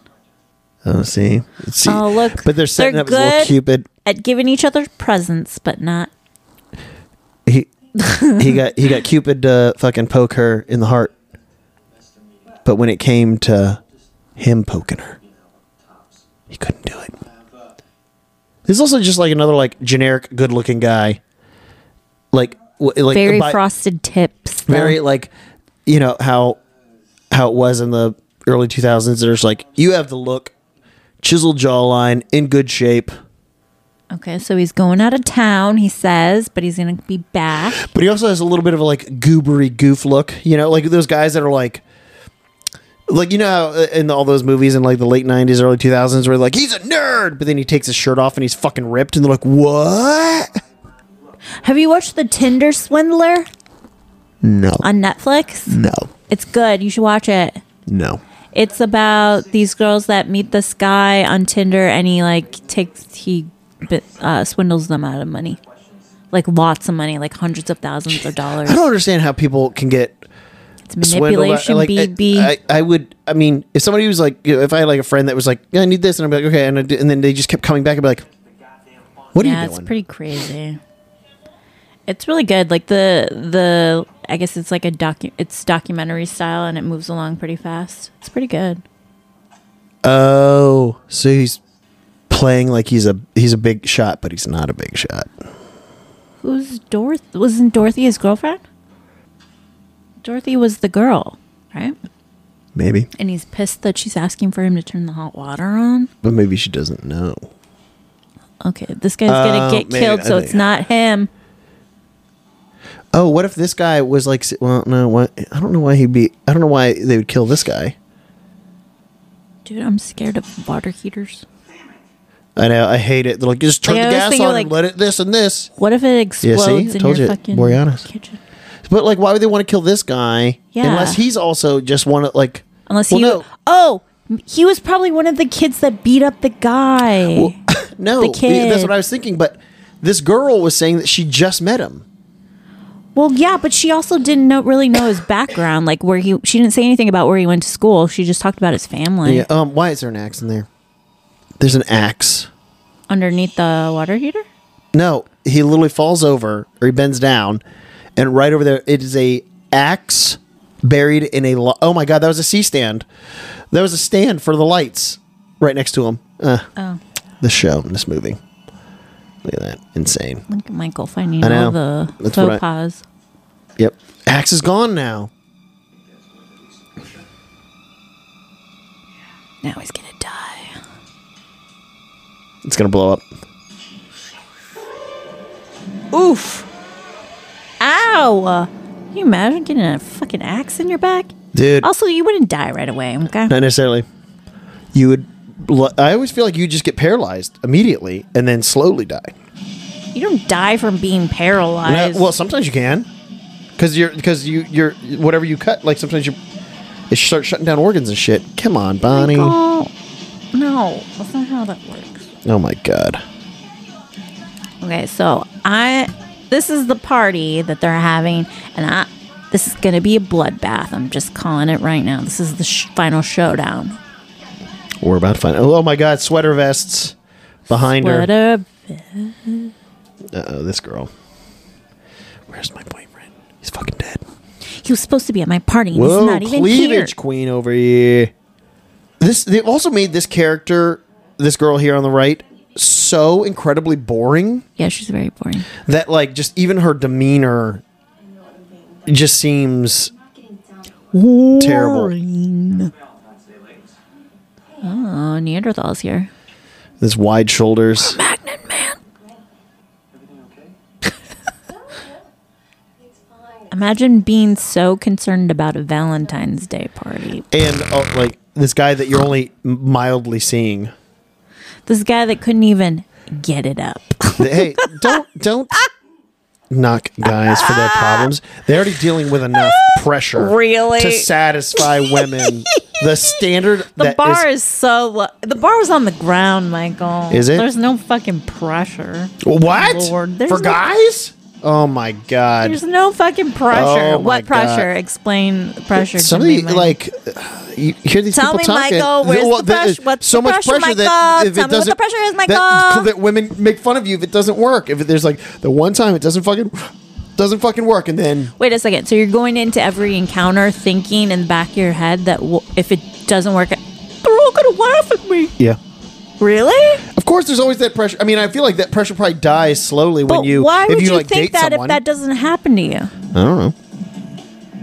Oh, see? see?
Oh, look.
But they're setting
They're
up his little
good.
Cupid.
at giving each other presents, but not.
He,
(laughs)
he got he got Cupid to fucking poke her in the heart. But when it came to him poking her, he couldn't do it. He's also just like another like generic good looking guy. Like w- like
Very
by-
frosted tips. though.
very like you know how how it was in the early 2000s there's like you have the look chiseled jawline in good shape
okay, so he's going out of town. He says, but he's gonna be back.
But he also has a little bit of a like goobery goof look, you know, like those guys that are like, like you know, how uh, in all those movies in like the late '90s, early 2000s, where like he's a nerd, but then he takes his shirt off and he's fucking ripped, and they're like, "What?
Have you watched the Tinder Swindler
No,
on Netflix?
no,
It's good. You should watch it.
no."
It's about these girls that meet this guy on Tinder, and he like takes he bi- uh, swindles them out of money, like lots of money, like hundreds of thousands of dollars.
I don't understand how people can get
It's
swindled.
manipulation,
Like, I-
BB.
I, I would. I mean, if somebody was like, you know, if I had like a friend that was like, "Yeah, I need this," and I'm like, "Okay," and, I did- and then they just kept coming back and be like, "What are
yeah,
you doing?"
it's pretty crazy. It's really good. Like the the I guess it's like a docu it's documentary style, and it moves along pretty fast. It's pretty good.
Oh, so he's playing like he's a he's a big shot, but he's not a big shot.
Who's Dorothy? Wasn't Dorothy his girlfriend? Dorothy was the girl, right?
Maybe,
And he's pissed that she's asking for him to turn the hot water on.
but maybe she doesn't know.
Okay, this guy's
Oh,
gonna get
maybe,
killed,
I
so
think-
it's not him.
Oh, what if this guy was like? s- Well, no, what? I don't know why he'd be. I don't know why they would kill this guy.
Dude, I'm scared of water heaters.
I know. I hate it. They're like, just turn
Like, I
the
was
gas
thinking,
on
like-
and let it this and this.
What if it explodes in
told
your
you,
fucking
Boreanaz.
kitchen?
But like, why would they want to kill this guy?
Yeah.
Unless he's also just one of like.
Unless
well,
he,
no,
oh, m- he was probably one of the kids that beat up the guy.
(laughs) no.
the kid.
That's what I was thinking. But this girl was saying that she just met him.
well, yeah, but she also didn't know really know his background, like where he. She didn't say anything about where he went to school. She just talked about his family
Yeah. Um. Why is there an axe in there? There's an axe.
underneath the water heater.
No, he literally falls over or he bends down, and right over there it is a axe buried in a. Lo- oh my god, that was a C stand. That was a stand for the lights right next to him. Uh,
Oh,
the show, this movie. Look at that, insane.
look at Michael finding
I
all
know.
the
That's what I-
faux pas.
Yep, axe is gone now.
Now he's gonna die.
It's gonna blow up.
Oof. Ow. Can you imagine getting a fucking axe in your back?
Dude,
Also, you wouldn't die right away, okay?
not necessarily. You would. lo- I always feel like you just get paralyzed immediately and then slowly die.
You don't die from being
No,
paralyzed.
well, sometimes you can, because you're because you you're whatever you cut. Like sometimes you, it starts shutting down organs and shit. Come on, Bonnie.
Oh, no, that's not how that works.
Oh my god.
Okay, so I. This is the party that they're having, and I. This is gonna be a bloodbath. I'm just calling it right now. This is the sh- final showdown.
We're about to find. Oh, oh my god, sweater vests behind
What a
her. Uh oh, this girl. Where's my boyfriend? He's fucking dead.
he was supposed to be at my party. and
Whoa,
he's not even
cleavage
here.
queen over here. This they also made this character, this girl here on the right, so incredibly boring.
Yeah, she's very boring.
that like just even her demeanor just seems terrible.
Oh, Neanderthal's here.
This wide shoulders.
Magnet man.
It's fine.
Imagine being so concerned about a Valentine's Day party.
and oh, like this guy that you're only mildly seeing.
This guy that couldn't even get
(laughs)
it up.
Hey, don't don't knock guys for their problems. They're already dealing with enough pressure,
Really?
to satisfy women. the standard
The
that
bar
is-
is, so low. The bar was on the ground, Michael.
Is it?
There's no fucking pressure.
what
Lord, there's
for
no-
guys. Oh my god!
There's no fucking pressure.
Oh, my
what pressure?
God.
Explain pressure.
Some
to
of
me,
the
Michael.
like, you hear these
Tell
people
me,
talking.
Michael, where's the
there's
pressure? What's
so
the
much
pressure,
pressure that
Michael?
if it
Tell me what the
doesn't,
pressure is, Michael.
that, that women make fun of you if it doesn't work. If there's like the one time it doesn't fucking doesn't fucking work, and then
Wait a second. So you're going into every encounter thinking in the back of your head that w- if it doesn't work, they're all gonna laugh at me.
yeah,
Really?
of course there's always that pressure. I mean, I feel like that pressure probably dies slowly when
But
you
why
if
would
you,
you,
like date
think that
someone.
if that doesn't happen to you?
I don't know.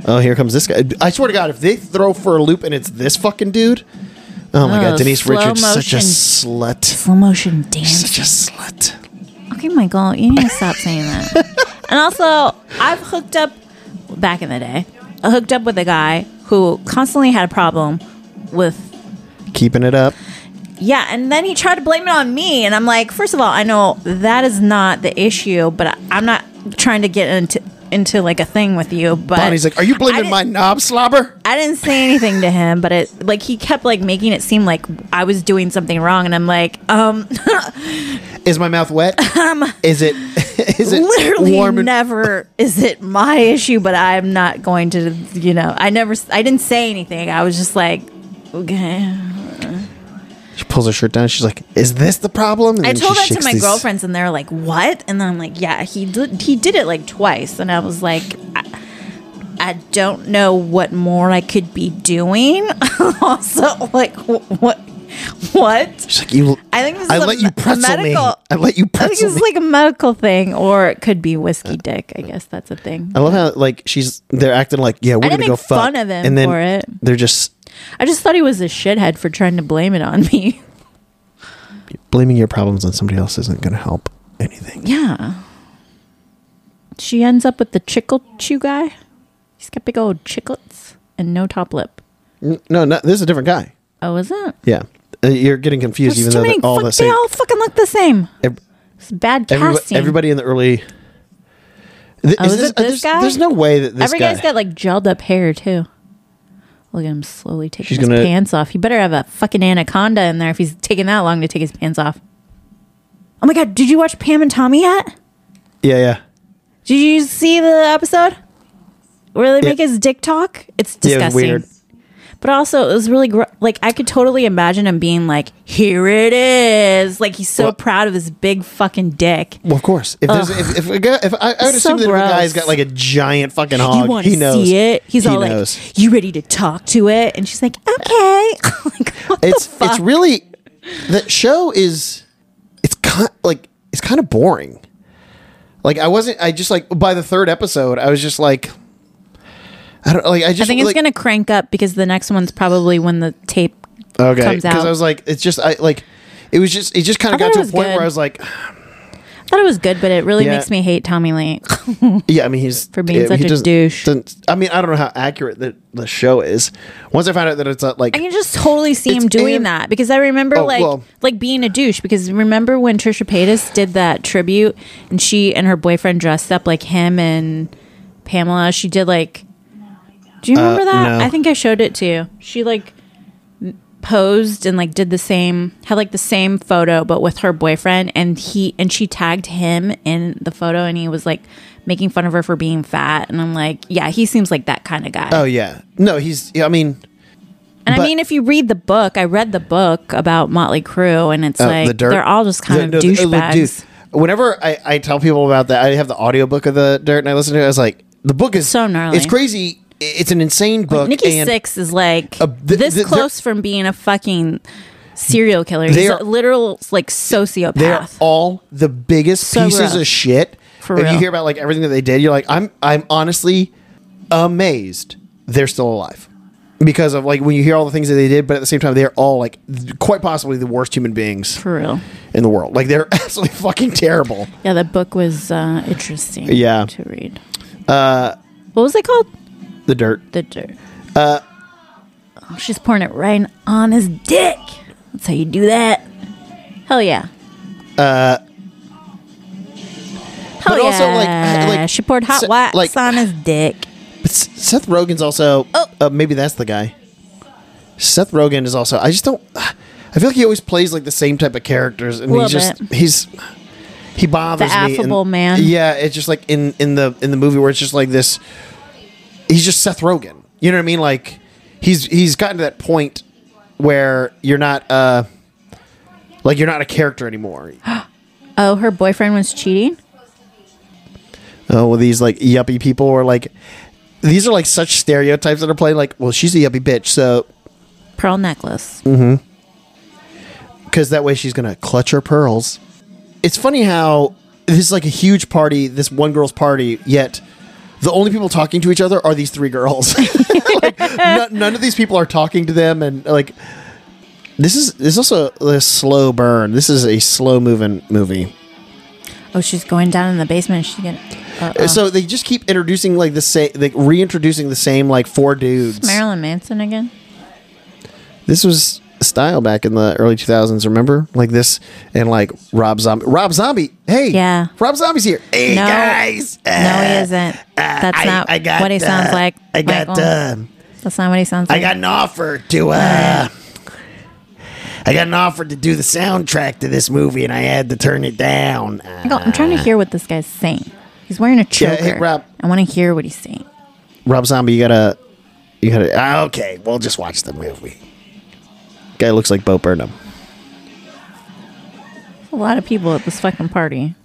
Oh, here comes this guy. I swear to God, if they throw for a loop and it's this fucking dude, oh my
Oh,
God, Denise
slow
Richards, such a
motion.
slut,
Slow motion dance.
such a slut.
Okay, Michael, you need to stop saying
(laughs)
that. and also, I've hooked up back in the day. I hooked up with a guy who constantly had a problem with
Keeping it up.
Yeah, and then he tried to blame it on me, and I'm like, first of all, I know that is not the issue, but I, I'm not trying to get into into like a thing with you. But
Bonnie's like, "Are you
I
blaming
didn't-
my knob slobber?"
I didn't say anything to him, but it like he kept like making it seem like I was doing something wrong, and I'm like, um,
Is my mouth wet? is it? (laughs) Is it
literally
warm? and- (laughs)
never is it my issue, but I'm not going to, you know, I never, s- I didn't say anything. I was just like, okay.
she pulls her shirt down. She's like, "Is this the problem?" And
I
then
told
she
that to
shakes
my
these-
girlfriends, and they're like, "What?" And then I'm like, "Yeah, he did. He did it like twice." And I was like, "I, I don't know what more I could be doing." (laughs) also, like, wh- what? What?
She's like, "You."
I think this is
I
a
let
me-
you
a
pretzel me.
medical-
I let you
I think
pretzel
it's
me.
like a medical thing, or it could be whiskey dick. I guess that's a thing.
I love how like she's they're acting like yeah we're
didn't
gonna go
make
fuck
fun of him
and then
for it.
they're just
I just thought he was a shithead for trying to blame it on me. (laughs)
blaming your problems on somebody else isn't gonna help anything.
yeah. She ends up with the chickle chew guy. He's got big old chicklets and no top lip.
N- No, no, this is a different guy.
Oh, is it?
Yeah, Uh, you're getting confused
There's
even
too
though
many.
they're all
fuck,
the same.
They all fucking look the same.
Ev-
It's bad
everybo-
casting.
everybody in the early. Th-
Oh, is
uh,
it this
there's,
guy?
there's no way that this
Every
guy.
guy's got like gelled up hair too. Look at him slowly taking
She's
his
gonna-
pants off. He better have a fucking anaconda in there if he's taking that long to take his pants off. Oh my god! Did you watch Pam and Tommy yet?
yeah, yeah.
Did you see the episode where they
Yeah.
make his dick talk? It's
Yeah, it was
disgusting.
weird.
But also, it was really gr- like I could totally imagine him being like, "Here it is!" Like he's so
Well-
proud of his big fucking dick.
Well, of course. If there's if, if, a guy, if I, I would
It's
assume
so
that if a guy's
gross.
got like a giant fucking
you
hog,
want to
he knows.
see it? He's
He
all
knows.
like, "You ready to talk to it?" And she's like, "Okay." (laughs) like, what
It's
the fuck?
it's really the show is it's kind like it's kind of boring. Like I wasn't. I just like by the third episode, I was just like, I don't like. I just
I think it's
like,
gonna crank up because the next one's probably when the tape. comes
because
out.
I was like, it's just I like. It was just. It just kind
I
of got
thought it
to a
was
point
good.
where I was like,
I thought it was good, but it really
Yeah.
makes me hate Tommy Lee. (laughs)
Yeah, I mean he's
For being
yeah,
such
he
a
doesn't-
douche.
doesn't- I mean, I don't know how accurate the, the show is. Once I found out that it's not like
I can just totally see him
It's
doing
in-
that because I remember
Oh,
like
well.
like being a douche because remember when Trisha Paytas did that tribute and she and her boyfriend dressed up like him and Pamela. She did like. Do you remember that?
no.
I think I showed it to you. She like m- posed and like did the same had like the same photo but with her boyfriend and he and she tagged him in the photo and he was like making fun of her for being fat and I'm like yeah he seems like that kind of guy
oh yeah, no, he's. Yeah, I mean,
and I
But-
mean, if you read the book, I read the book about Motley Crue, and it's
uh,
like
the dirt.
they're all just kind
The-
of
no, the- uh, the
douchebags.
dude. Whenever I, I tell people about that, I have the audiobook of the dirt and I listen to it. I was like, the book is
So gnarly.
It's crazy. I- It's an insane book.
Nikki
and
Six is like
Uh, th-
this
th- they're-
close from being a fucking serial killer. He's
They
a
are-
literal like
They're
sociopath.
all the biggest
So
pieces
rough.
of shit.
For
if
real.
you hear about like everything that they did, you're like, I'm I'm honestly amazed they're still alive. Because of like when you hear all the things that they did, but at the same time they're all like th- quite possibly the worst human beings
for real.
in the world. Like they're (laughs) absolutely fucking terrible.
Yeah, that book was uh, interesting.
Yeah.
to read. What was it called?
The dirt.
The dirt. Uh, oh, she's pouring it right on his dick. That's how you do that. Hell yeah. Uh. Hell
But
yeah.
also, like- like,
she poured hot
so-
wax
like-
on his dick.
But S- Seth Rogen's also.
Oh.
Uh, maybe that's the guy. Seth Rogen is also. I just don't. I feel like he always plays like the same type of characters, and
Little
he's just
bit.
he's he bothers
The
me. and-
affable man.
Yeah, it's just like in in the in the movie where it's just like this. He's just Seth Rogen. You know what I mean? Like he's he's gotten to that point where you're not uh like you're not a character anymore.
(gasps) Oh, her boyfriend was cheating.
oh, well, these like yuppie people are like these are like such stereotypes that are playing like, well, she's a yuppie bitch, so
Pearl necklace.
because that way she's gonna clutch her pearls. It's funny how this is like a huge party, this one girl's party, yet the only people talking to each other are these three girls. (laughs) like, no- none of these people are talking to them, and like this is this is also a slow burn. This is a slow moving movie.
Oh, she's going down in the basement. She's gonna. Uh-oh.
So they just keep introducing like the same, like reintroducing the same like four dudes.
Marilyn Manson again.
This was style back in the early 2000s. Remember, like this, and like Rob Zombie. Rob Zombie. Hey,
Yeah.
Rob Zombie's here. Hey
No.
guys.
No, he
Uh,
isn't. That's
I-
not
I got,
what he sounds
uh,
like.
I got.
Michael.
Uh,
That's not what he sounds
I
like.
got an offer to. uh I got an offer to do the soundtrack to this movie, and I had to turn it down. Uh,
Michael, I'm trying to hear what this guy's saying. He's wearing a
Yeah,
choker.
hey, Rob.
I want to hear what he's saying.
Rob Zombie, you gotta, you gotta. ah, okay, we'll just watch the movie. Guy looks like Bo Burnham.
A lot of people at this fucking party.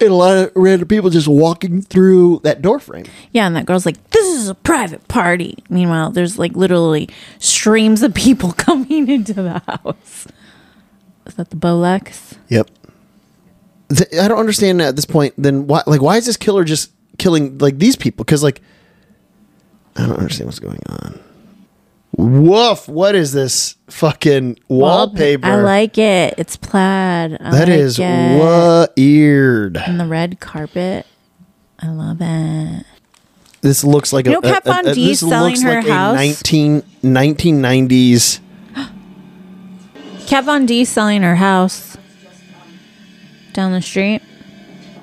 And a lot of random people just walking through that door frame.
Yeah, and that girl's like, "This is a private party." Meanwhile, there's like literally streams of people (laughs) coming into the house. Is that the Bolex?
Yep. Th- I don't understand at this point. Then why? Like, why is this killer just killing like these people? Because like, I don't understand what's going on. Woof! What is this fucking wallpaper?
I like it. It's plaid. I
that
like
is
it.
weird.
And the red carpet. I love it.
This looks like
You
a,
know, Kat
a- a-
Von D
this
selling
looks
her
like
house?
a 19, 1990s.
Kat Von D selling her house down the street.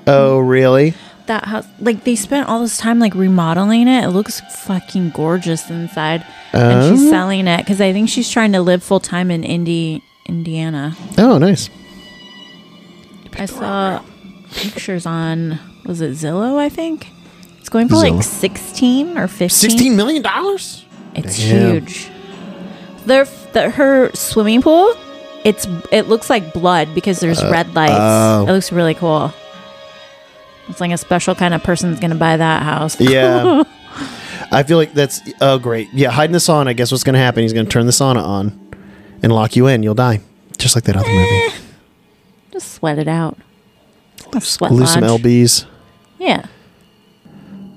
Oh, really?
that house like they spent all this time like remodeling it it looks fucking gorgeous inside and
Oh.
she's selling it because i think she's trying to live full-time in Indi- indiana
Oh, nice.
i saw pictures on was it zillow i think it's going for
Zillow.
like 16 or 15
Sixteen million dollars.
it's
Damn.
huge their the, her swimming pool it's it looks like blood because there's red lights
oh.
it looks really cool it's like a special kind of person's gonna buy that house
Yeah. I feel like that's oh great. Yeah, hide in the sauna. Guess what's gonna happen? He's gonna turn the sauna on and lock you in. You'll die. Just like that other movie.
Just sweat it out. A sweat
Lose some
lodge.
LBs.
Yeah.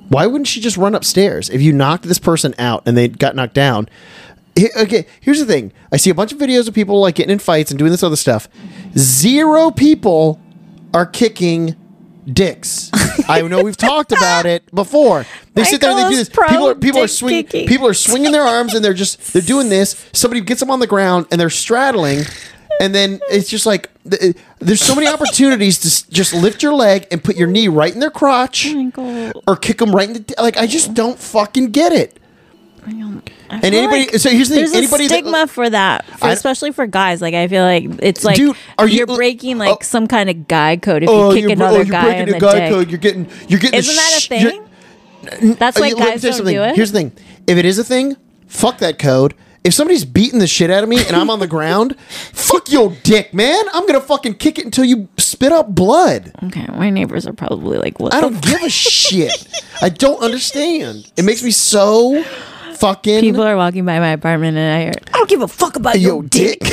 Why wouldn't she just run upstairs? If you knocked this person out and they got knocked down. he- okay, here's the thing. I see a bunch of videos of people like getting in fights and doing this other stuff. Zero people are kicking dicks. I know we've talked about it before. They sit there and they do
Michael's
this. People are
pro
people are
dick
swinging
kicking.
people are swinging their arms and they're just they're doing this. Somebody gets them on the ground and they're straddling and then it's just like th- there's so many opportunities to s- just lift your leg and put your knee right in their
Oh
crotch
Michael.
or kick them right in the d- like. I just don't fucking get it. And anybody, so here's the thing:
There's
anybody
a stigma
that,
for that, for-
I-
especially for guys. Like I feel like it's like
Dude, are you-
you're breaking like
oh.
some kind of guy code if
oh,
you kick
you're,
another
oh, you're
guy in
breaking
the
a guy
dick.
code. You're getting, you're getting. the
Isn't that
sh-
a
you're-
thing? That's
uh,
why
let me
guys
tell you
don't
something.
do it.
Here's the thing: if it is a thing, fuck that code. If somebody's beating the shit out of me and I'm on the ground, (laughs) fuck your dick, man. I'm gonna fucking kick it until you spit up blood.
okay, my neighbors are probably like, "What?"
I
the
don't
f-
give a shit. I don't understand. It makes me so fucking
People are walking by my apartment, and I hear, "I don't give a fuck about
yo
your
dick. (laughs)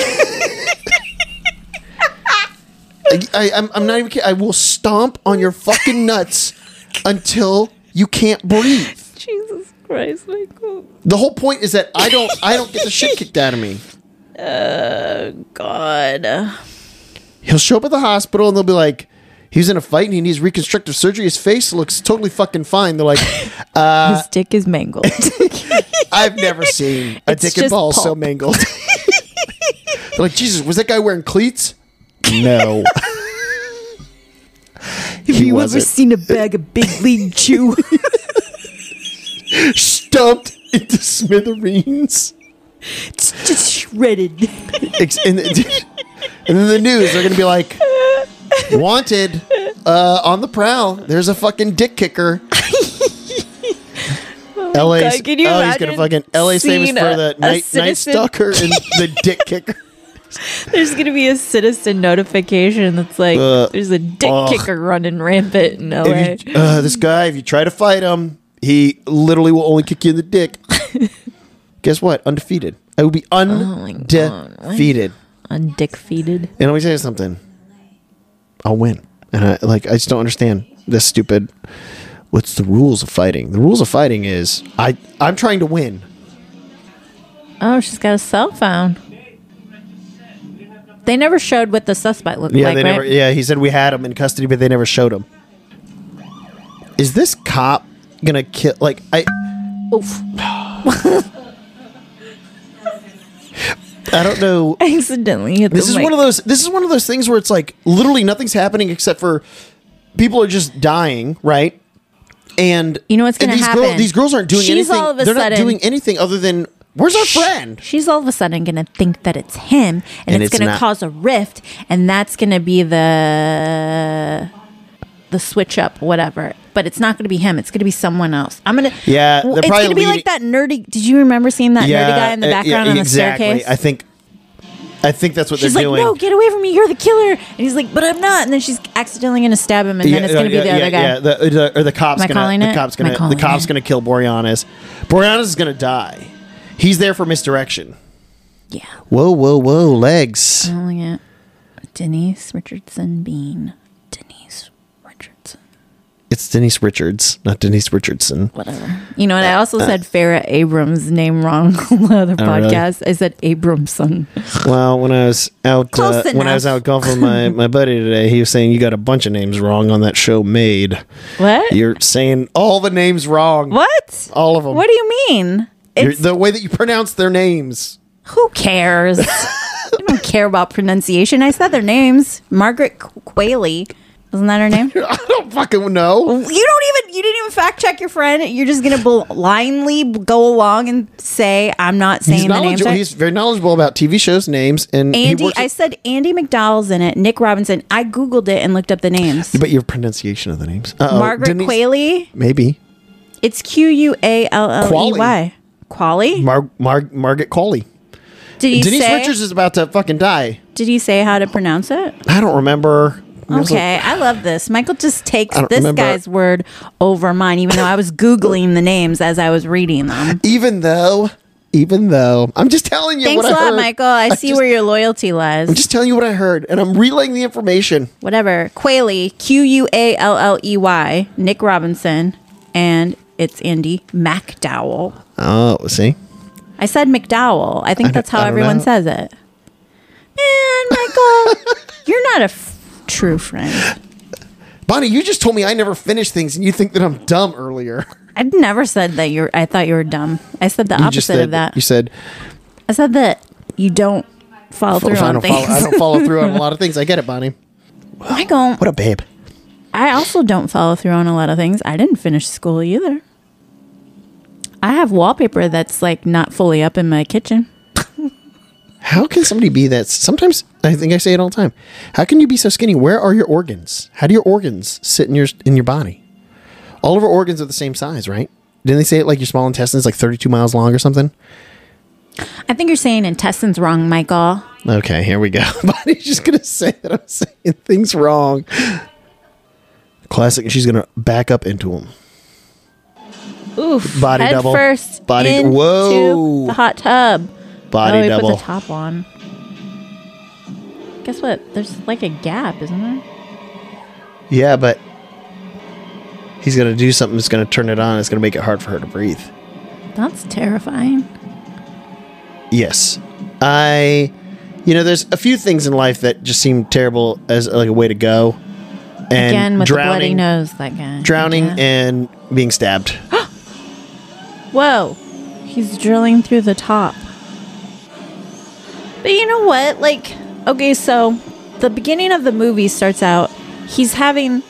I, I, I'm, I'm not even kidding. I will stomp on your fucking nuts until you can't breathe.
Jesus Christ, oh, Michael.
The whole point is that I don't I don't get the shit kicked out of me.
God.
Uh, He'll show up at the hospital and they'll be like, he was in a fight and he needs reconstructive surgery. His face looks totally fucking fine. They're like,
His dick
(laughs)
is mangled.
I've
(laughs)
never seen a
It's
dick and
just
balls so
pulp. (laughs)
mangled. They're like, Jesus, was that guy wearing cleats? No.
Have
you ever wasn't.
seen a bag of big (laughs) league chew?
(laughs) Stumped into smithereens.
it's just shredded. (laughs)
Ex- and, the- (laughs) and then the news, they're gonna be like, wanted uh, on the prowl. There's a fucking dick
(laughs)
kicker. LA's,
God, can you
LA's gonna
imagine
fucking LA's famous
seeing
for
a-
the
a
night, night
citizen-
stalker and the dick kicker.
(laughs) There's gonna be a citizen notification that's like,
Uh,
there's a dick
ugh.
kicker running rampant in LA.
If you, uh, this guy, if you try to fight him, he literally will only kick you in the
(laughs)
dick. Guess what? Undefeated. I will be
Oh my God.
undefeated.
Undickfeated.
And let me tell you something. I'll win. And I like I just don't understand this stupid what's the rules of fighting? The rules of fighting is I I'm trying to win.
Oh, she's got a cell phone. They never showed what the suspect looked
Yeah,
like,
they
right?
never yeah, he said we had him in custody but they never showed him. Is this cop gonna kill like I
Oof. (laughs)
I don't know
Accidentally hit
This is one of those. This is one of those things where it's like literally nothing's happening except for people are just dying, right? And
You know what's
and
gonna
these
happen?
these girls aren't doing
She's
anything.
all of a
They're not
sudden-
doing anything other than where's our friend?
She's all of a sudden going to think that it's him, and,
And
it's,
it's
going to
not.
cause a rift, and that's going to be the the switch up, whatever. But it's not going to be him. It's going to be someone else. I'm going to
Yeah, they're
It's
probably
going to be like that nerdy. Did you remember seeing that nerdy guy in the
uh,
background on the
exactly.
staircase?
I think, I think that's what
She's
they're
like,
doing.
"No, get away from me! You're the killer!" And he's like, "But I'm not." And then she's accidentally going to stab him, and then
Yeah, uh,
it's going to be
yeah,
the
yeah,
other guy.
Yeah, the, the- or the cops
Am I
gonna
calling
the
it?
cops
Am I
gonna the
calling
cops
it?
gonna kill Boreanaz. Boreanaz is gonna die. He's there for misdirection.
Yeah.
Whoa, whoa, whoa, legs.
Calling it Denise Richardson Bean. Denise Richardson.
It's Denise Richards, not Denise Richardson.
whatever. You know, and I also said Farah Abrams' name wrong (laughs) on the other
Uh, Oh, really?
podcast. I said Abramson.
Well, when I was out uh,
Close
when I was
enough.
out golfing with
(laughs)
my, my buddy today, he was saying you got a bunch of names wrong on that show Made.
What?
You're saying all the names wrong.
what?
All of them.
What do you mean?
You're-
It's,
the way that you pronounce their names. (laughs)
who cares? I don't care about pronunciation. I said their names. Margaret Qu- Qualley. Isn't that
(laughs)
her name? you
I don't fucking know.
don't even you didn't even fact check your friend. You're just gonna blindly go along and say I'm not saying
He's
the names.
knowledgeable.
right."
He's very knowledgeable about TV shows names and he
Andy,
works-
I said Andy McDowell's in it. Nick Robinson. I googled it and looked up the names.
but your pronunciation of the names. Uh-oh.
Margaret
Oh, Denise-
Qualley.
Maybe.
It's Q U A L L E
Qualley.
Y. Quali?
Mar- Mar- Margaret Qualley.
Did he
Denise
say?
Richards is about to fucking die.
Did he say how to pronounce it?
I don't remember. I was like,
Okay, I love this. Michael just takes
I don't
this
remember.
guy's word over mine, even though I was googling the names as I was
(laughs)
reading them.
even though, even though, I'm just telling you
Thanks
what
a
I
lot,
heard.
Michael. I, see
just-
where your loyalty lies.
I'm just telling you what I heard, and I'm relaying the information.
Whatever. Quayle, Q U A L L E Y, Nick Robinson, and it's Andy MacDowell.
Oh, see,
I said McDowell. I think
I
that's
don't-
how
I don't
everyone
know.
says it. Man,
(laughs)
Michael, you're not a f- true friend.
Bonnie, you just told me I never finish things, and you think that I'm dumb earlier. (laughs)
I never said that you're. I thought you were dumb. I said the
You
opposite
just said,
of that.
You said "Oh,
I said that you don't follow
I
through on
don't, follow,
things.
I
(laughs)
don't follow through on a lot of things. I get it, Bonnie.
Michael,
What a babe.
I also don't follow through on a lot of things. I didn't finish school either. I have wallpaper that's like not fully up in my kitchen.
How can somebody be that? Sometimes I think I say it all the time. How can you be so skinny? Where are your organs? How do your organs sit in your in your body? All of our organs are the same size, right? Didn't they say it like your small intestine is like 32 miles long or something?
I think you're saying intestines wrong, Michael.
Okay, here we go. (laughs) Bonnie's just gonna say that I'm saying things wrong. Classic. She's gonna back up into him.
Oof.
Body
head
double.
First
Body-
into
Whoa.
the hot tub.
Body
oh, he
double.
put the top on. Guess what? There's like a gap, isn't there?
yeah, but he's gonna do something that's gonna turn it on. It's gonna make it hard for her to breathe.
That's terrifying.
Yes, I. You know, there's a few things in life that just seem terrible as like a way to go, and
Again with
drowning,
the bloody nose, that guy.
drowning
Yeah.
and being stabbed. (gasps)
Whoa. He's drilling through the top. But you know what? Like, okay, so the beginning of the movie starts out, he's having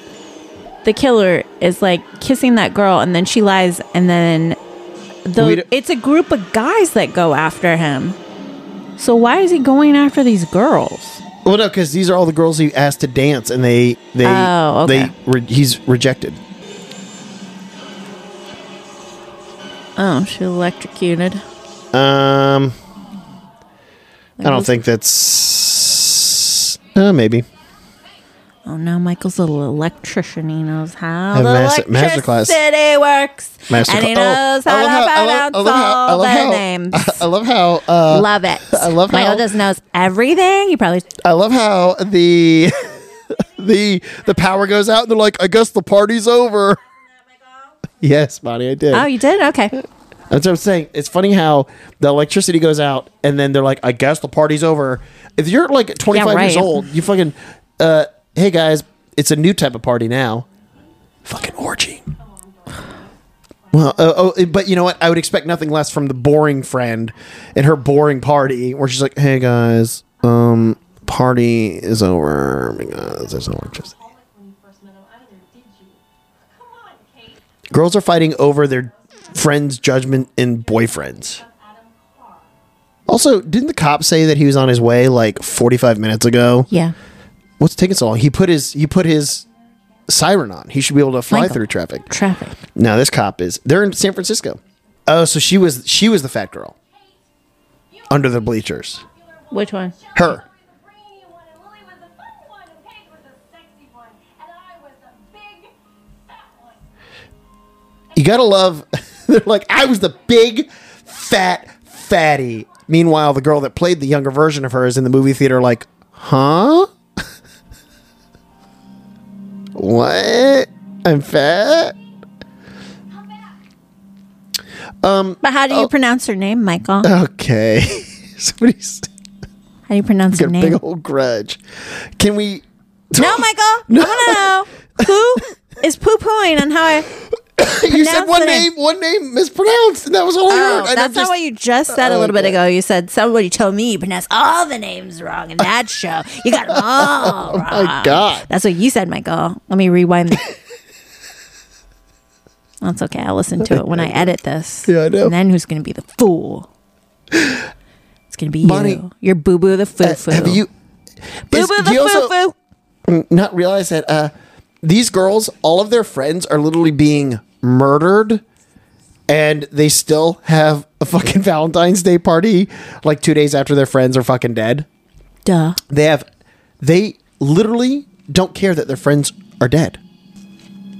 the killer is like kissing that girl and then she lies and then
We d-
the it's a group of guys that go after him. So why is he going after these girls?
Well, no, because these are all the girls he asked to dance, and they they
Oh, okay.
they re- he's rejected.
Oh, she electrocuted.
Um, I don't think that's uh, maybe
Oh no, Michael's an electrician. He knows how
Have
the
master- master class.
electricity works,
master.
and he
cla-
knows
Oh,
how to
I love
pronounce
how- I love how- I
all
love
their
how-
names.
(laughs) I love how uh,
love it.
I love how-
Michael just knows everything. He probably
I love how the (laughs) the the power goes out, and they're like, "I guess the party's over." Yes, Bonnie, I did.
oh, you did okay.
That's what I'm saying. It's funny how the electricity goes out, and then they're like, "I guess the party's over." If you're like 25 years
right.
old, you fucking, uh, hey guys, it's a new type of party now, fucking orgy. Well, uh, oh, but you know what? I would expect nothing less from the boring friend and her boring party, where she's like, "Hey guys, um, party is over because there's no electricity."
when you first met him. I don't know, did you? Come on, Kate.
Girls are fighting over their friends' judgment and boyfriends.
Adam Carr.
Also, didn't the cop say that he was on his way like 45 minutes ago?
Yeah,
What's taking so long? He put his he put his siren on. He should be able to fly
Michael.
through traffic.
traffic.
No, this cop is. They're in San Francisco. Oh, so she was she was the fat girl under the bleachers.
Which one?
Her.
Lori was the brainy one, and Lily was the fun one, and Kate was the sexy one, and I was the big fat one.
You gotta love. (laughs) They're like I was the big fat fatty. Meanwhile, the girl that played the younger version of her is in the movie theater. Like, huh? what? I'm fat.
But how
Oh.
do you pronounce her name, Michael?
Uh,
How
Okay. (laughs) Somebody's
do you pronounce her
got a big
name?
old grudge. Can we?
No, Michael. I want to
(laughs)
know who is poo pooing on how I.
you said
pronounce
one
the
name,
name.
one name mispronounced, and that was all I
Oh,
heard. And
that's
I
not
just- Oh,
what you just said a little bit ago. You said somebody told me you pronounce all the names wrong in
(laughs)
that show. You got them all wrong.
Oh, my God.
That's what you said, Michael. Let me
(laughs)
rewind. that. that's okay. I'll listen to it when I edit this.
Yeah, I know.
And then who's going to be the fool? It's going to be
Bonnie. uh,
you. You're boo boo the foo foo.
Have you?
boo
Is-
boo
do you also
the foo foo?
Not realize that uh, these girls, all of their friends, are literally being murdered, and they still have a fucking (laughs) Valentine's Day party like two days after their friends are fucking dead.
Duh.
They have, they literally don't care that their friends are dead.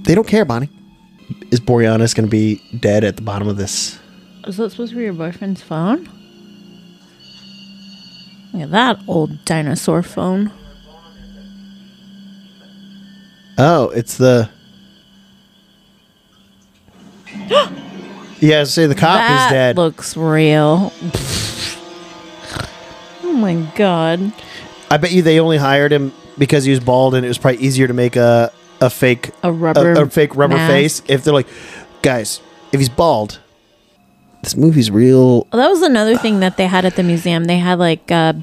They don't care, Bonnie. Is Boreanis going to be dead at the bottom of this?
Is that supposed to be your boyfriend's phone? Look at that old dinosaur phone.
Oh, it's the. yeah, say the cop
that
is Ah, dead. (laughs)
looks real. oh my god.
I bet you they only hired him because he was bald, and it was probably easier to make a a fake
A rubber
a, fake rubber
mask.
face. If they're like, guys, if he's bald, this movie's real.
Well, that was another thing that they had at the museum. They had like uh,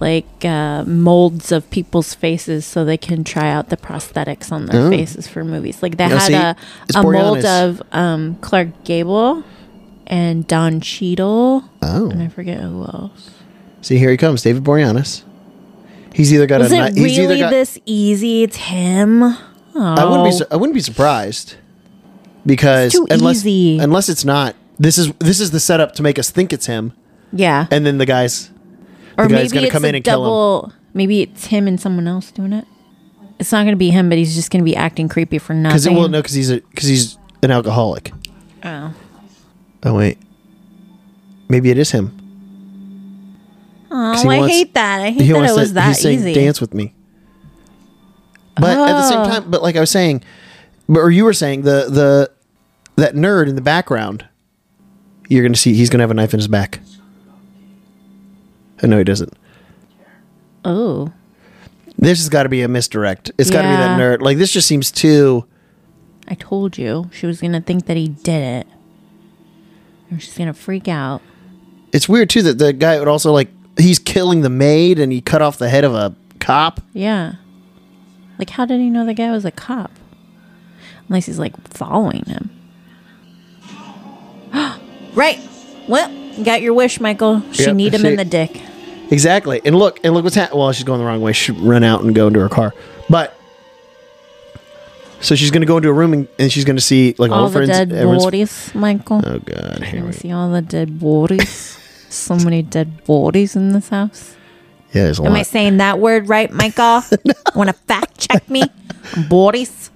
like uh, molds of people's faces so they can try out the prosthetics on their faces for movies. Like they
Oh. Now,
had
see,
a,
it's
a mold
Boreanaz.
of um, Clark Gable and Don Cheadle.
Oh.
And I forget who else.
See, here he comes, David Boreanaz. He's either got
Was
a.
it
ni- he's either
really
got,
this easy? It's him. Oh.
I wouldn't be. Su- I wouldn't be surprised because
It's too
unless
easy.
unless it's not, this is this is the setup to make us think it's him,
yeah.
and then the guys
or
guy's
maybe
gonna
it's
come
a
in and kill him.
double. Maybe it's him and someone else doing it. It's not going to be him, but he's just going to be acting creepy for nothing.
because it will no because he's a because he's an alcoholic.
Oh.
Oh wait, maybe it is him.
Oh,
'Cause he
I
wants-
hate that. I hate that it
wants
was
to-
that
he's saying,
easy.
Dance with me. But at the same
Oh.
time, but like I was saying, but or you were saying the the that nerd in the background, you're gonna see he's gonna have a knife in his back. Uh, Oh, no, he doesn't.
Oh,
This has got to be a misdirect. It's got to be that
Yeah.
nerd. Like this just seems too.
I told you she was gonna think that he did it, and she's gonna freak out.
It's weird too that the guy would also like he's killing the maid and he cut off the head of a cop.
Yeah. Like, how did he know the guy was a cop? Unless he's like following him. (gasps) right. Well, you got your wish, Michael. She
Yep,
need him
she-
in the dick.
Exactly. And look and look what's happening. Well, she's going the wrong way. She should run out and go into her car, but. So she's gonna go into a room and, and she's gonna see like all,
All
her
the
friends.
dead
everyone's-
bodies, Michael.
oh god, here
I
we
see all the dead bodies. (laughs) so many dead bodies in this house.
Yeah, there's a
Am
lot.
I saying that word right, Michael? (laughs) Want to fact check me? Bodies.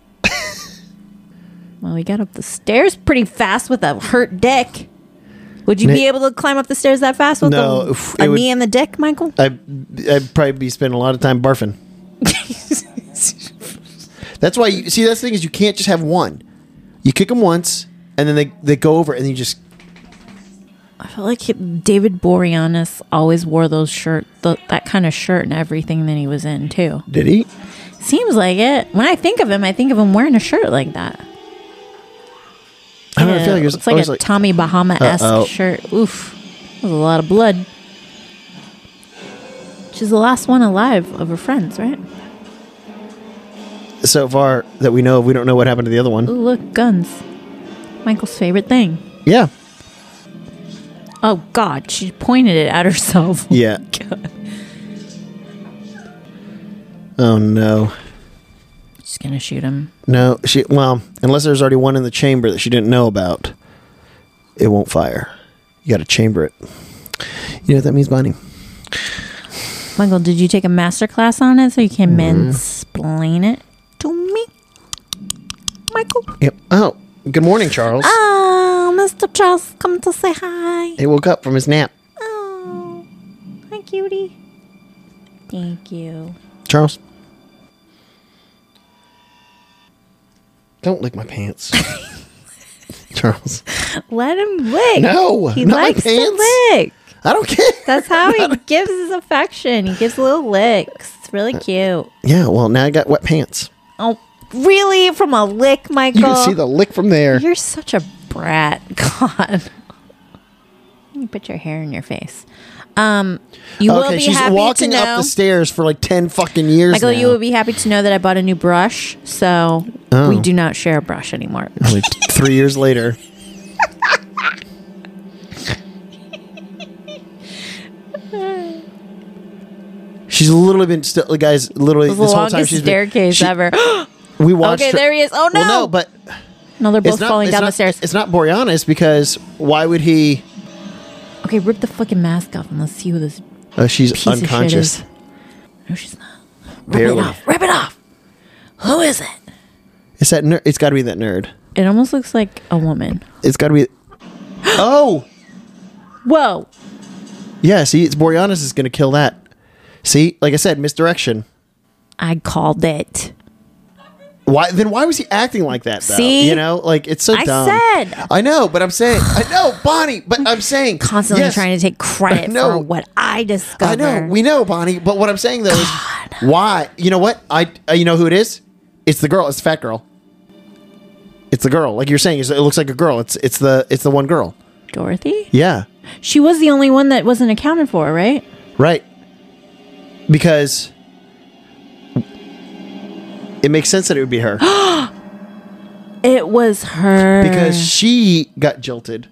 well, we got up the stairs pretty fast with a hurt dick. Would you
Ni-
be able to climb up the stairs that fast with
No,
a,
oof,
a
it would-
knee in the dick, Michael?
I I'd probably be spending a lot of time
(laughs)
barfing. That's why you see that's the thing is you can't just have one. You kick them once and then they they go over and you just
I felt like he- David Boreanaz always wore those shirt, th that kind of shirt, and everything that he was in too.
did he?
Seems like it. When I think of him, I think of him wearing a shirt like that.
I don't know, I feel like it was
it's like
always
a Tommy Bahama
Uh-oh.
esque shirt. Oof, there's a lot of blood. She's the last one alive of her friends, right?
so far that we know of. We don't know what happened to the other one.
Ooh, look, guns. Michael's favorite thing.
Yeah,
Oh God, she pointed it at herself. (laughs)
yeah. Oh no,
She's gonna shoot him.
no. She well, unless there's already one in the chamber that she didn't know about, it won't fire. You got to chamber it. You know what that means, Bonnie?
Michael, did you take a master class on it so you can
Mm-hmm.
mansplain it to me, Michael?
Yep. Oh, good morning, Charles.
Ah, Mr. Charles, come to say hi.
He woke up from his nap.
Oh, hi, cutie. Thank you.
Charles. Don't lick my
(laughs)
pants. Charles.
Let him lick.
No,
he
not my
likes
pants.
to lick.
I don't care.
That's
(laughs)
how he gives his affection. He gives little licks. It's really
Uh,
cute.
yeah, well, now I got wet pants.
Oh, really? From a lick, Michael?
You can see the lick from there.
You're such a brat. (laughs) God. You put your hair in your face. Um, you will
okay,
be
she's
happy
walking
to know,
up the stairs for like 10 fucking years.
Michael.
now.
You will be happy to know that I bought a new brush, so
Oh.
we do not share a brush
(laughs)
anymore.
Only t- three years later. She's literally been still, the guys, literally,
It was
this
the
whole time
longest
she's been-
staircase
she-
ever.
We (gasps) watched
okay,
her-
there he is. Oh no!
Well, no, but
No, they're both falling
it's
down
not,
the stairs.
It's not Boreanaz because why would he?
Okay, rip the fucking mask off and let's see who this
Uh, she's
piece
unconscious.
of shit is. No, she's not. Rip
Barely.
it off. Rip it off. Who is it?
It's that. Ner- it's got to be that nerd.
It almost looks like a woman.
It's got to be. (gasps) oh
Whoa.
yeah. See, it's Boreanaz is gonna kill that. See, like I said, misdirection.
I called it.
Why then? Why was he acting like that? Though?
See?
you know, like it's so
I
dumb.
said.
I know, but I'm saying I know, Bonnie. But I'm saying
(sighs) Constantly
yes,
trying to
(laughs)
take credit
know.
for what I
I
discovered.
know, we know, Bonnie. But what I'm saying though is, why? You know what? I uh, you know who it is? It's the girl. It's the fat girl. It's the girl. Like you're saying, it's- it looks like a girl. It's it's the it's the one girl.
Dorothy?
Yeah,
She was the only one that wasn't accounted for, right?
right. Because it makes sense that it would be
(gasps)
her
It was her.
because she got jilted.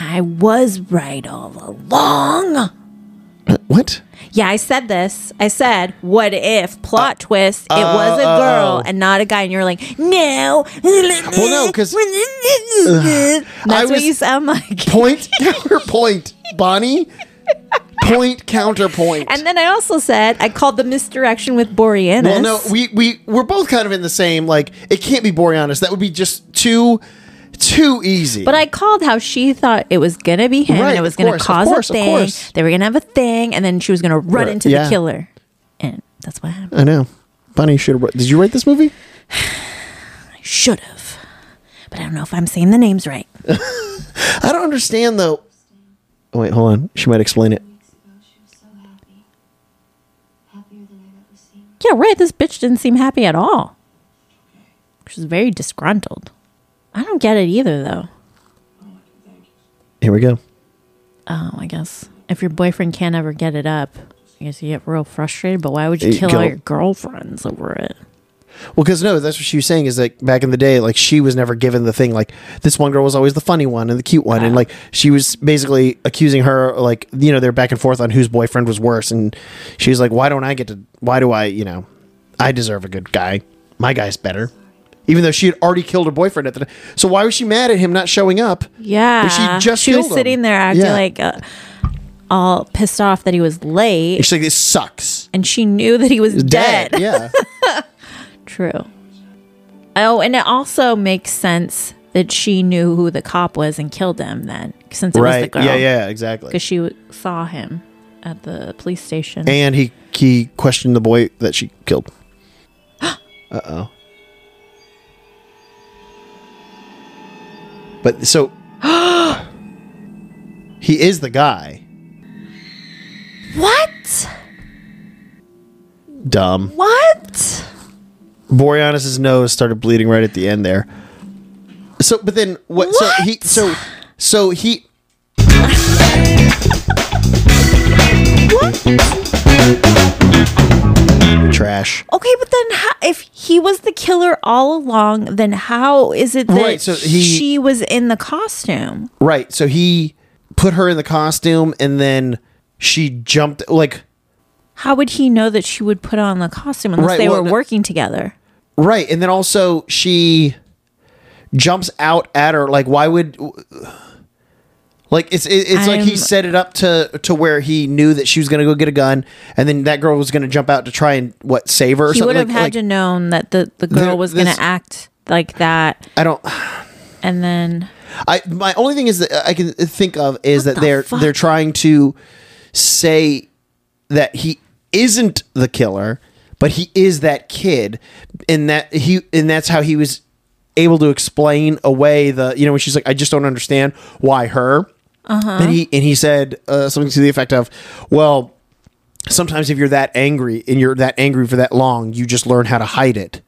I was right all along.
What?
Yeah, I said this. I said, "What if
Uh,
plot twist? It was a
oh, oh.
girl and not a guy." And you're like, "No." Well,
no, 'cause-
(laughs) that's
I
what
was-
you sound like.
Point (laughs) counterpoint, Bonnie. Point counterpoint.
And then I also said I called the misdirection with Boreanaz.
Well, no, we we we're both kind of in the same. Like, it can't be Boreanaz. That would be just too too easy.
but I called how she thought it was gonna be him,
Right,
and it was
of
gonna
course, of
cause
course,
a
of
thing.
course.
They were gonna have a thing, and then she was gonna run
Right,
into
yeah.
the killer, and that's what happened.
I know, Bonnie should. have Did you write this movie?
I should have, but I don't know if I'm saying the names right.
I don't understand though. Oh, wait, hold on. She might explain it.
She was so happy.
yeah, right, this bitch didn't seem happy at all. She was very disgruntled. I don't get it either, though.
Here we go.
Oh, I guess if your boyfriend can't ever get it up, I guess you get real frustrated. But why would you
You
kill
kill-
all your girlfriends over it?
Well, because no, that's what she was saying is like back in the day, like she was never given the thing. Like this one girl was always the funny one and the cute one, and like she was basically accusing her, like you know, they're back and forth on whose boyfriend was worse, and she was like, "Why don't I get to? Why do I? You know, I deserve a good guy. My guy's better." Even though she had already killed her boyfriend at the, so why was she mad at him not showing up?
Yeah,
But she just
she was
killed him.
sitting there acting
Yeah.
like uh, all pissed off that he was late,
She's like, "This sucks."
and she knew that he was dead. (laughs)
Yeah.
True. Oh, and it also makes sense that she knew who the cop was and killed him then, since it was the
right.
girl.
Yeah. Yeah. Exactly.
Because she w- saw him at the police station.
And he he questioned the boy that she killed. uh oh. But so he is the guy.
what?
Dumb.
What?
Boreanaz's nose started bleeding right at the end there. So, but then what? So he so so he. Trash.
Okay, but then how, if he was the killer all along, then how is it that
Right, so he-
she was in the costume?
Right. So he put her in the costume and then she jumped like
How would he know that she would put on the costume unless
Right,
they
well,
were
no-
working together?
right and then also she jumps out at her like why would like it's it, it's like he
I'm-
set it up to to where he knew that she was going to go get a gun and then that girl was going to jump out to try and what save her or
He would
something
have
like,
had
like,
to known that the, the girl
There-
was going
this-
to act like that.
I don't
And then
I my only thing is that I can think of is that
the
they're
fuck?
they're trying to say that he isn't the killer, but he is that kid, and that he and that's how he was able to explain away the you know when she's like I just don't understand why her.
Uh-huh.
And he and he said uh, something to the effect of, "Well, sometimes if you're that angry and you're that angry for that long, you just learn how to hide it."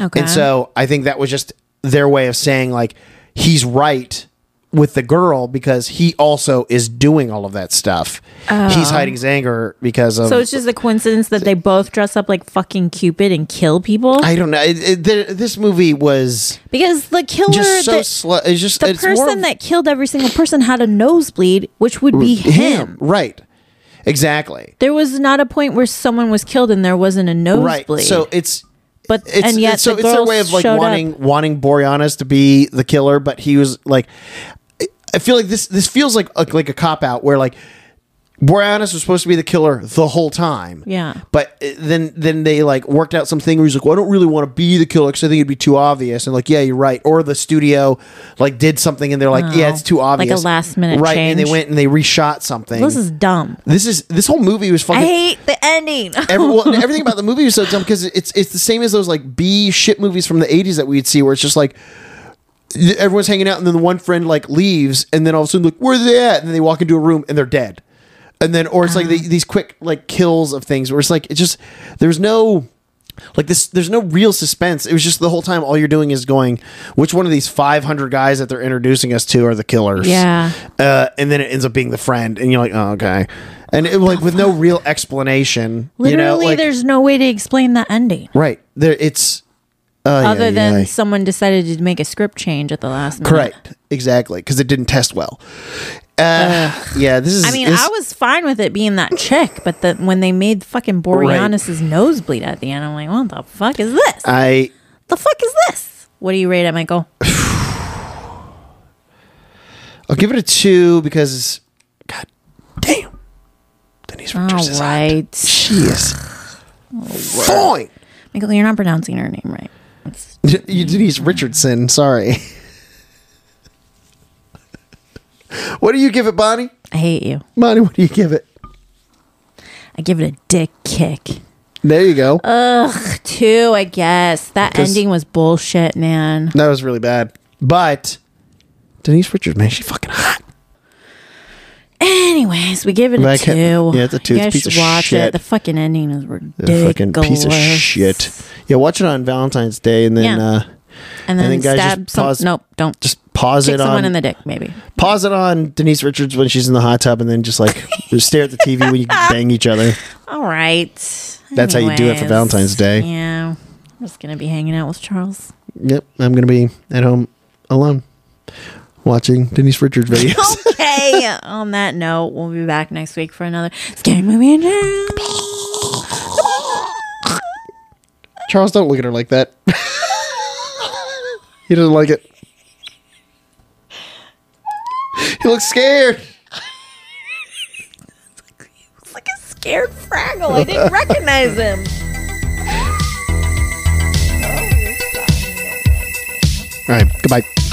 Okay.
And so I think that was just their way of saying like he's right with the girl because he also is doing all of that stuff. He's hiding his anger because of
Oh. So it's just a coincidence that they both dress up like fucking Cupid and kill people?
I don't know. It, it, th- this movie was
because the killer,
just so
that-
slow. It's just
the
it's more
person
of
that killed every single person had a nosebleed, which would be him.
right? Exactly.
There was not a point where someone was killed and there wasn't a
Right.
nosebleed.
So it's
but
it's,
and yet
it's- so
the
it's their
girls
way of like
showed
wanting
up.
wanting Boreanaz to be the killer, but he was like, I- I feel like this this feels like like, like a cop out where like Boreanaz was supposed to be the killer the whole time.
Yeah.
but uh, then then they like worked out something where he's like, well, I don't really want to be the killer because I think it'd be too obvious. And like, yeah, you're right. Or the studio like did something and they're like, yeah, it's too
Oh. Like a
obvious.
last minute
right? And
change.
they went and they reshot something.
This is dumb.
this is this whole movie was fucking
I hate the ending. (laughs)
Every, well, and everything about the movie was so dumb because it's it's the same as those like B shit movies from the '80s that we'd see, where it's just like th- everyone's hanging out, and then the one friend like leaves, and then all of a sudden like where are they at? And then they walk into a room and they're dead, and then or it's like the, these quick like kills of things where it's like it just there's no like this there's no real suspense. It was just the whole time all you're doing is going which one of these 500 guys that they're introducing us to are the killers.
Yeah.
Uh, and then it ends up being the friend, and you're like, oh okay. And it, like with no real explanation, you know,
Literally,
like-
there's no way to explain the ending
Right. There it's uh,
other than someone decided to make a script change at the last minute.
correct. Exactly, cuz it didn't test well. Uh, yeah, this is
I mean,
this-
I was fine with it being that chick, but the, when they made fucking Boreanaz's nosebleed at the end, I'm like, what the fuck is this?
I
the fuck is this? What do you rate it, Michael?
I'll give it a 2 because god damn. Denise Richards
All
is
right.
She is fine.
Michael, you're not pronouncing her name right. It's-
You- Denise Richardson, sorry. (laughs) what do you give it, Bonnie?
I hate you.
Bonnie, what do you give it?
I give it a dick kick.
There you go.
Uh, Two, I guess. That
Because-
ending was bullshit, man.
that was really bad. But Denise Richards, man, she fucking hot.
Anyways, we give it a
Like,
two.
yeah, it's a two.
You
It's a
guys
piece of
should watch
shit.
it. The fucking ending is ridiculous.
The fucking piece of shit. Yeah, watch it on Valentine's Day and then
Yeah.
uh,
And then,
then guys just
stab some.
pause-
Nope, don't.
just pause
kick
it
someone
on
in the dick, maybe.
pause it on Denise Richards when she's in the hot tub and then just
(laughs)
like just stare at the TV when you bang each other.
All right.
That's how you do it for
Anyways,
Valentine's Day.
Yeah. I'm just going to be hanging out with Charles.
Yep, I'm gonna be at home alone watching Denise
(laughs)
Richards
Oh
videos.
Okay. on that note, we'll be back next week for another scary movie. And
Charles, don't look at her like that. he doesn't like it. He looks scared.
It's like a scared Fraggle. I didn't recognize him. (laughs)
All right, goodbye.